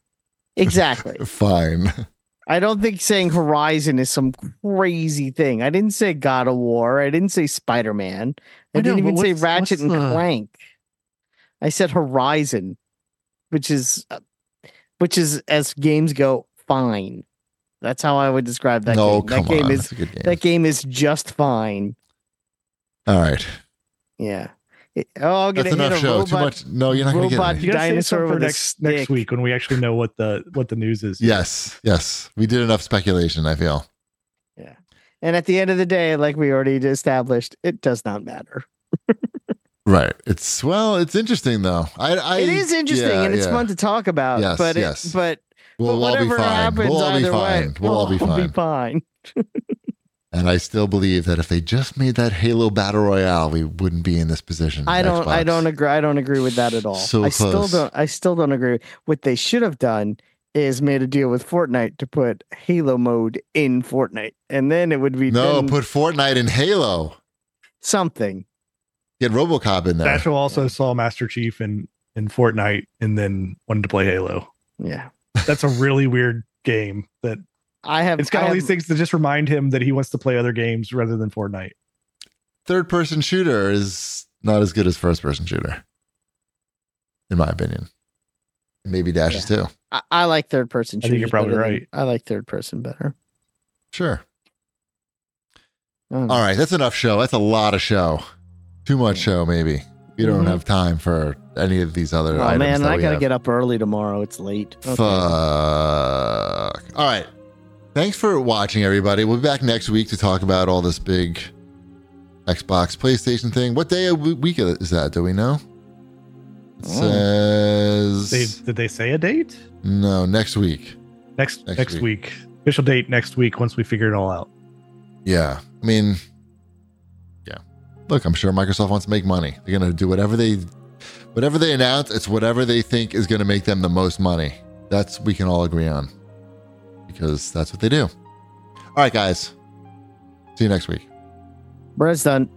S2: exactly.
S1: Fine.
S2: I don't think saying Horizon is some crazy thing. I didn't say God of War. I didn't say Spider Man. I,
S4: I know,
S2: didn't even
S4: but
S2: say
S4: what's-
S2: Ratchet
S4: what's
S2: and
S4: the-
S2: Clank. I said Horizon, which is, uh, which is as games go, fine. That's how I would describe that
S1: no,
S2: game.
S1: come
S2: that game
S1: on.
S2: is
S1: That's a good game.
S2: that game is just fine.
S1: All right.
S2: Yeah. It- oh, I'm gonna
S1: That's
S2: hit
S1: enough
S2: a
S1: show.
S2: robot.
S1: Too much. No, you're not going to get
S2: robot-
S1: it.
S3: You gotta save
S2: Dinosaur
S3: some for
S2: with a
S3: next next
S2: stick.
S3: week when we actually know what the what the news is.
S1: Yes. Yes. We did enough speculation, I feel.
S2: And at the end of the day, like we already established, it does not matter.
S1: Right. It's well, it's interesting though. I, I
S2: it is interesting
S1: yeah,
S2: and it's
S1: yeah.
S2: fun to talk about.
S1: Yes,
S2: but it-
S1: yes.
S2: but
S1: We'll,
S2: but
S1: all be
S2: whatever
S1: fine.
S2: happens,
S1: we'll all be
S2: either
S1: fine.
S2: way,
S1: We'll all be fine.
S2: Be fine.
S1: And I still believe that if they just made that Halo Battle Royale, we wouldn't be in this position.
S2: I don't. I
S1: Xbox.
S2: don't agree. I don't agree with that at all.
S1: So
S2: I still
S1: close.
S2: don't. I still don't agree. What they should have done is made a deal with Fortnite to put Halo mode in Fortnite, and then it would be
S1: No,
S2: then
S1: put Fortnite in Halo.
S2: something.
S1: Get RoboCop in there.
S3: Satchel also saw Master Chief in in Fortnite and then wanted to play Halo.
S2: Yeah,
S3: That's a really weird game that
S2: I have.
S3: it's got
S2: I
S3: all
S2: have-
S3: these things to just remind him that he wants to play other games rather than Fortnite.
S1: Third person shooter is not as good as first person shooter, in my opinion. Maybe dashes too.
S2: I, I like third person.
S3: I think you're
S2: shooters
S3: probably
S2: better than-
S3: right.
S2: I like third person better.
S1: Sure.
S2: I don't know.
S1: All right, that's enough show. That's a lot of show. Too much show, maybe. We don't
S2: Mhm.
S1: have time for any of these other
S2: Oh
S1: items.
S2: man,
S1: that
S2: I
S1: we
S2: gotta
S1: have.
S2: get up early tomorrow. It's late. Okay.
S1: Fuck. All right. Thanks for watching, everybody. We'll be back next week to talk about all this big Xbox, PlayStation thing. What day of the week is that? Do we know? It
S2: Oh.
S1: says
S3: They, did they say a date?
S1: no next week.
S3: Next
S1: Next
S3: next, week. Official date next week once we figure it all out.
S1: Yeah, I mean, yeah. Look, I'm sure Microsoft wants to make money. They're gonna do whatever they, whatever they announce. It's whatever they think is gonna make them the most money. That's we can all agree on, because that's what they do. All right, guys. See you next week.
S2: Brett's done.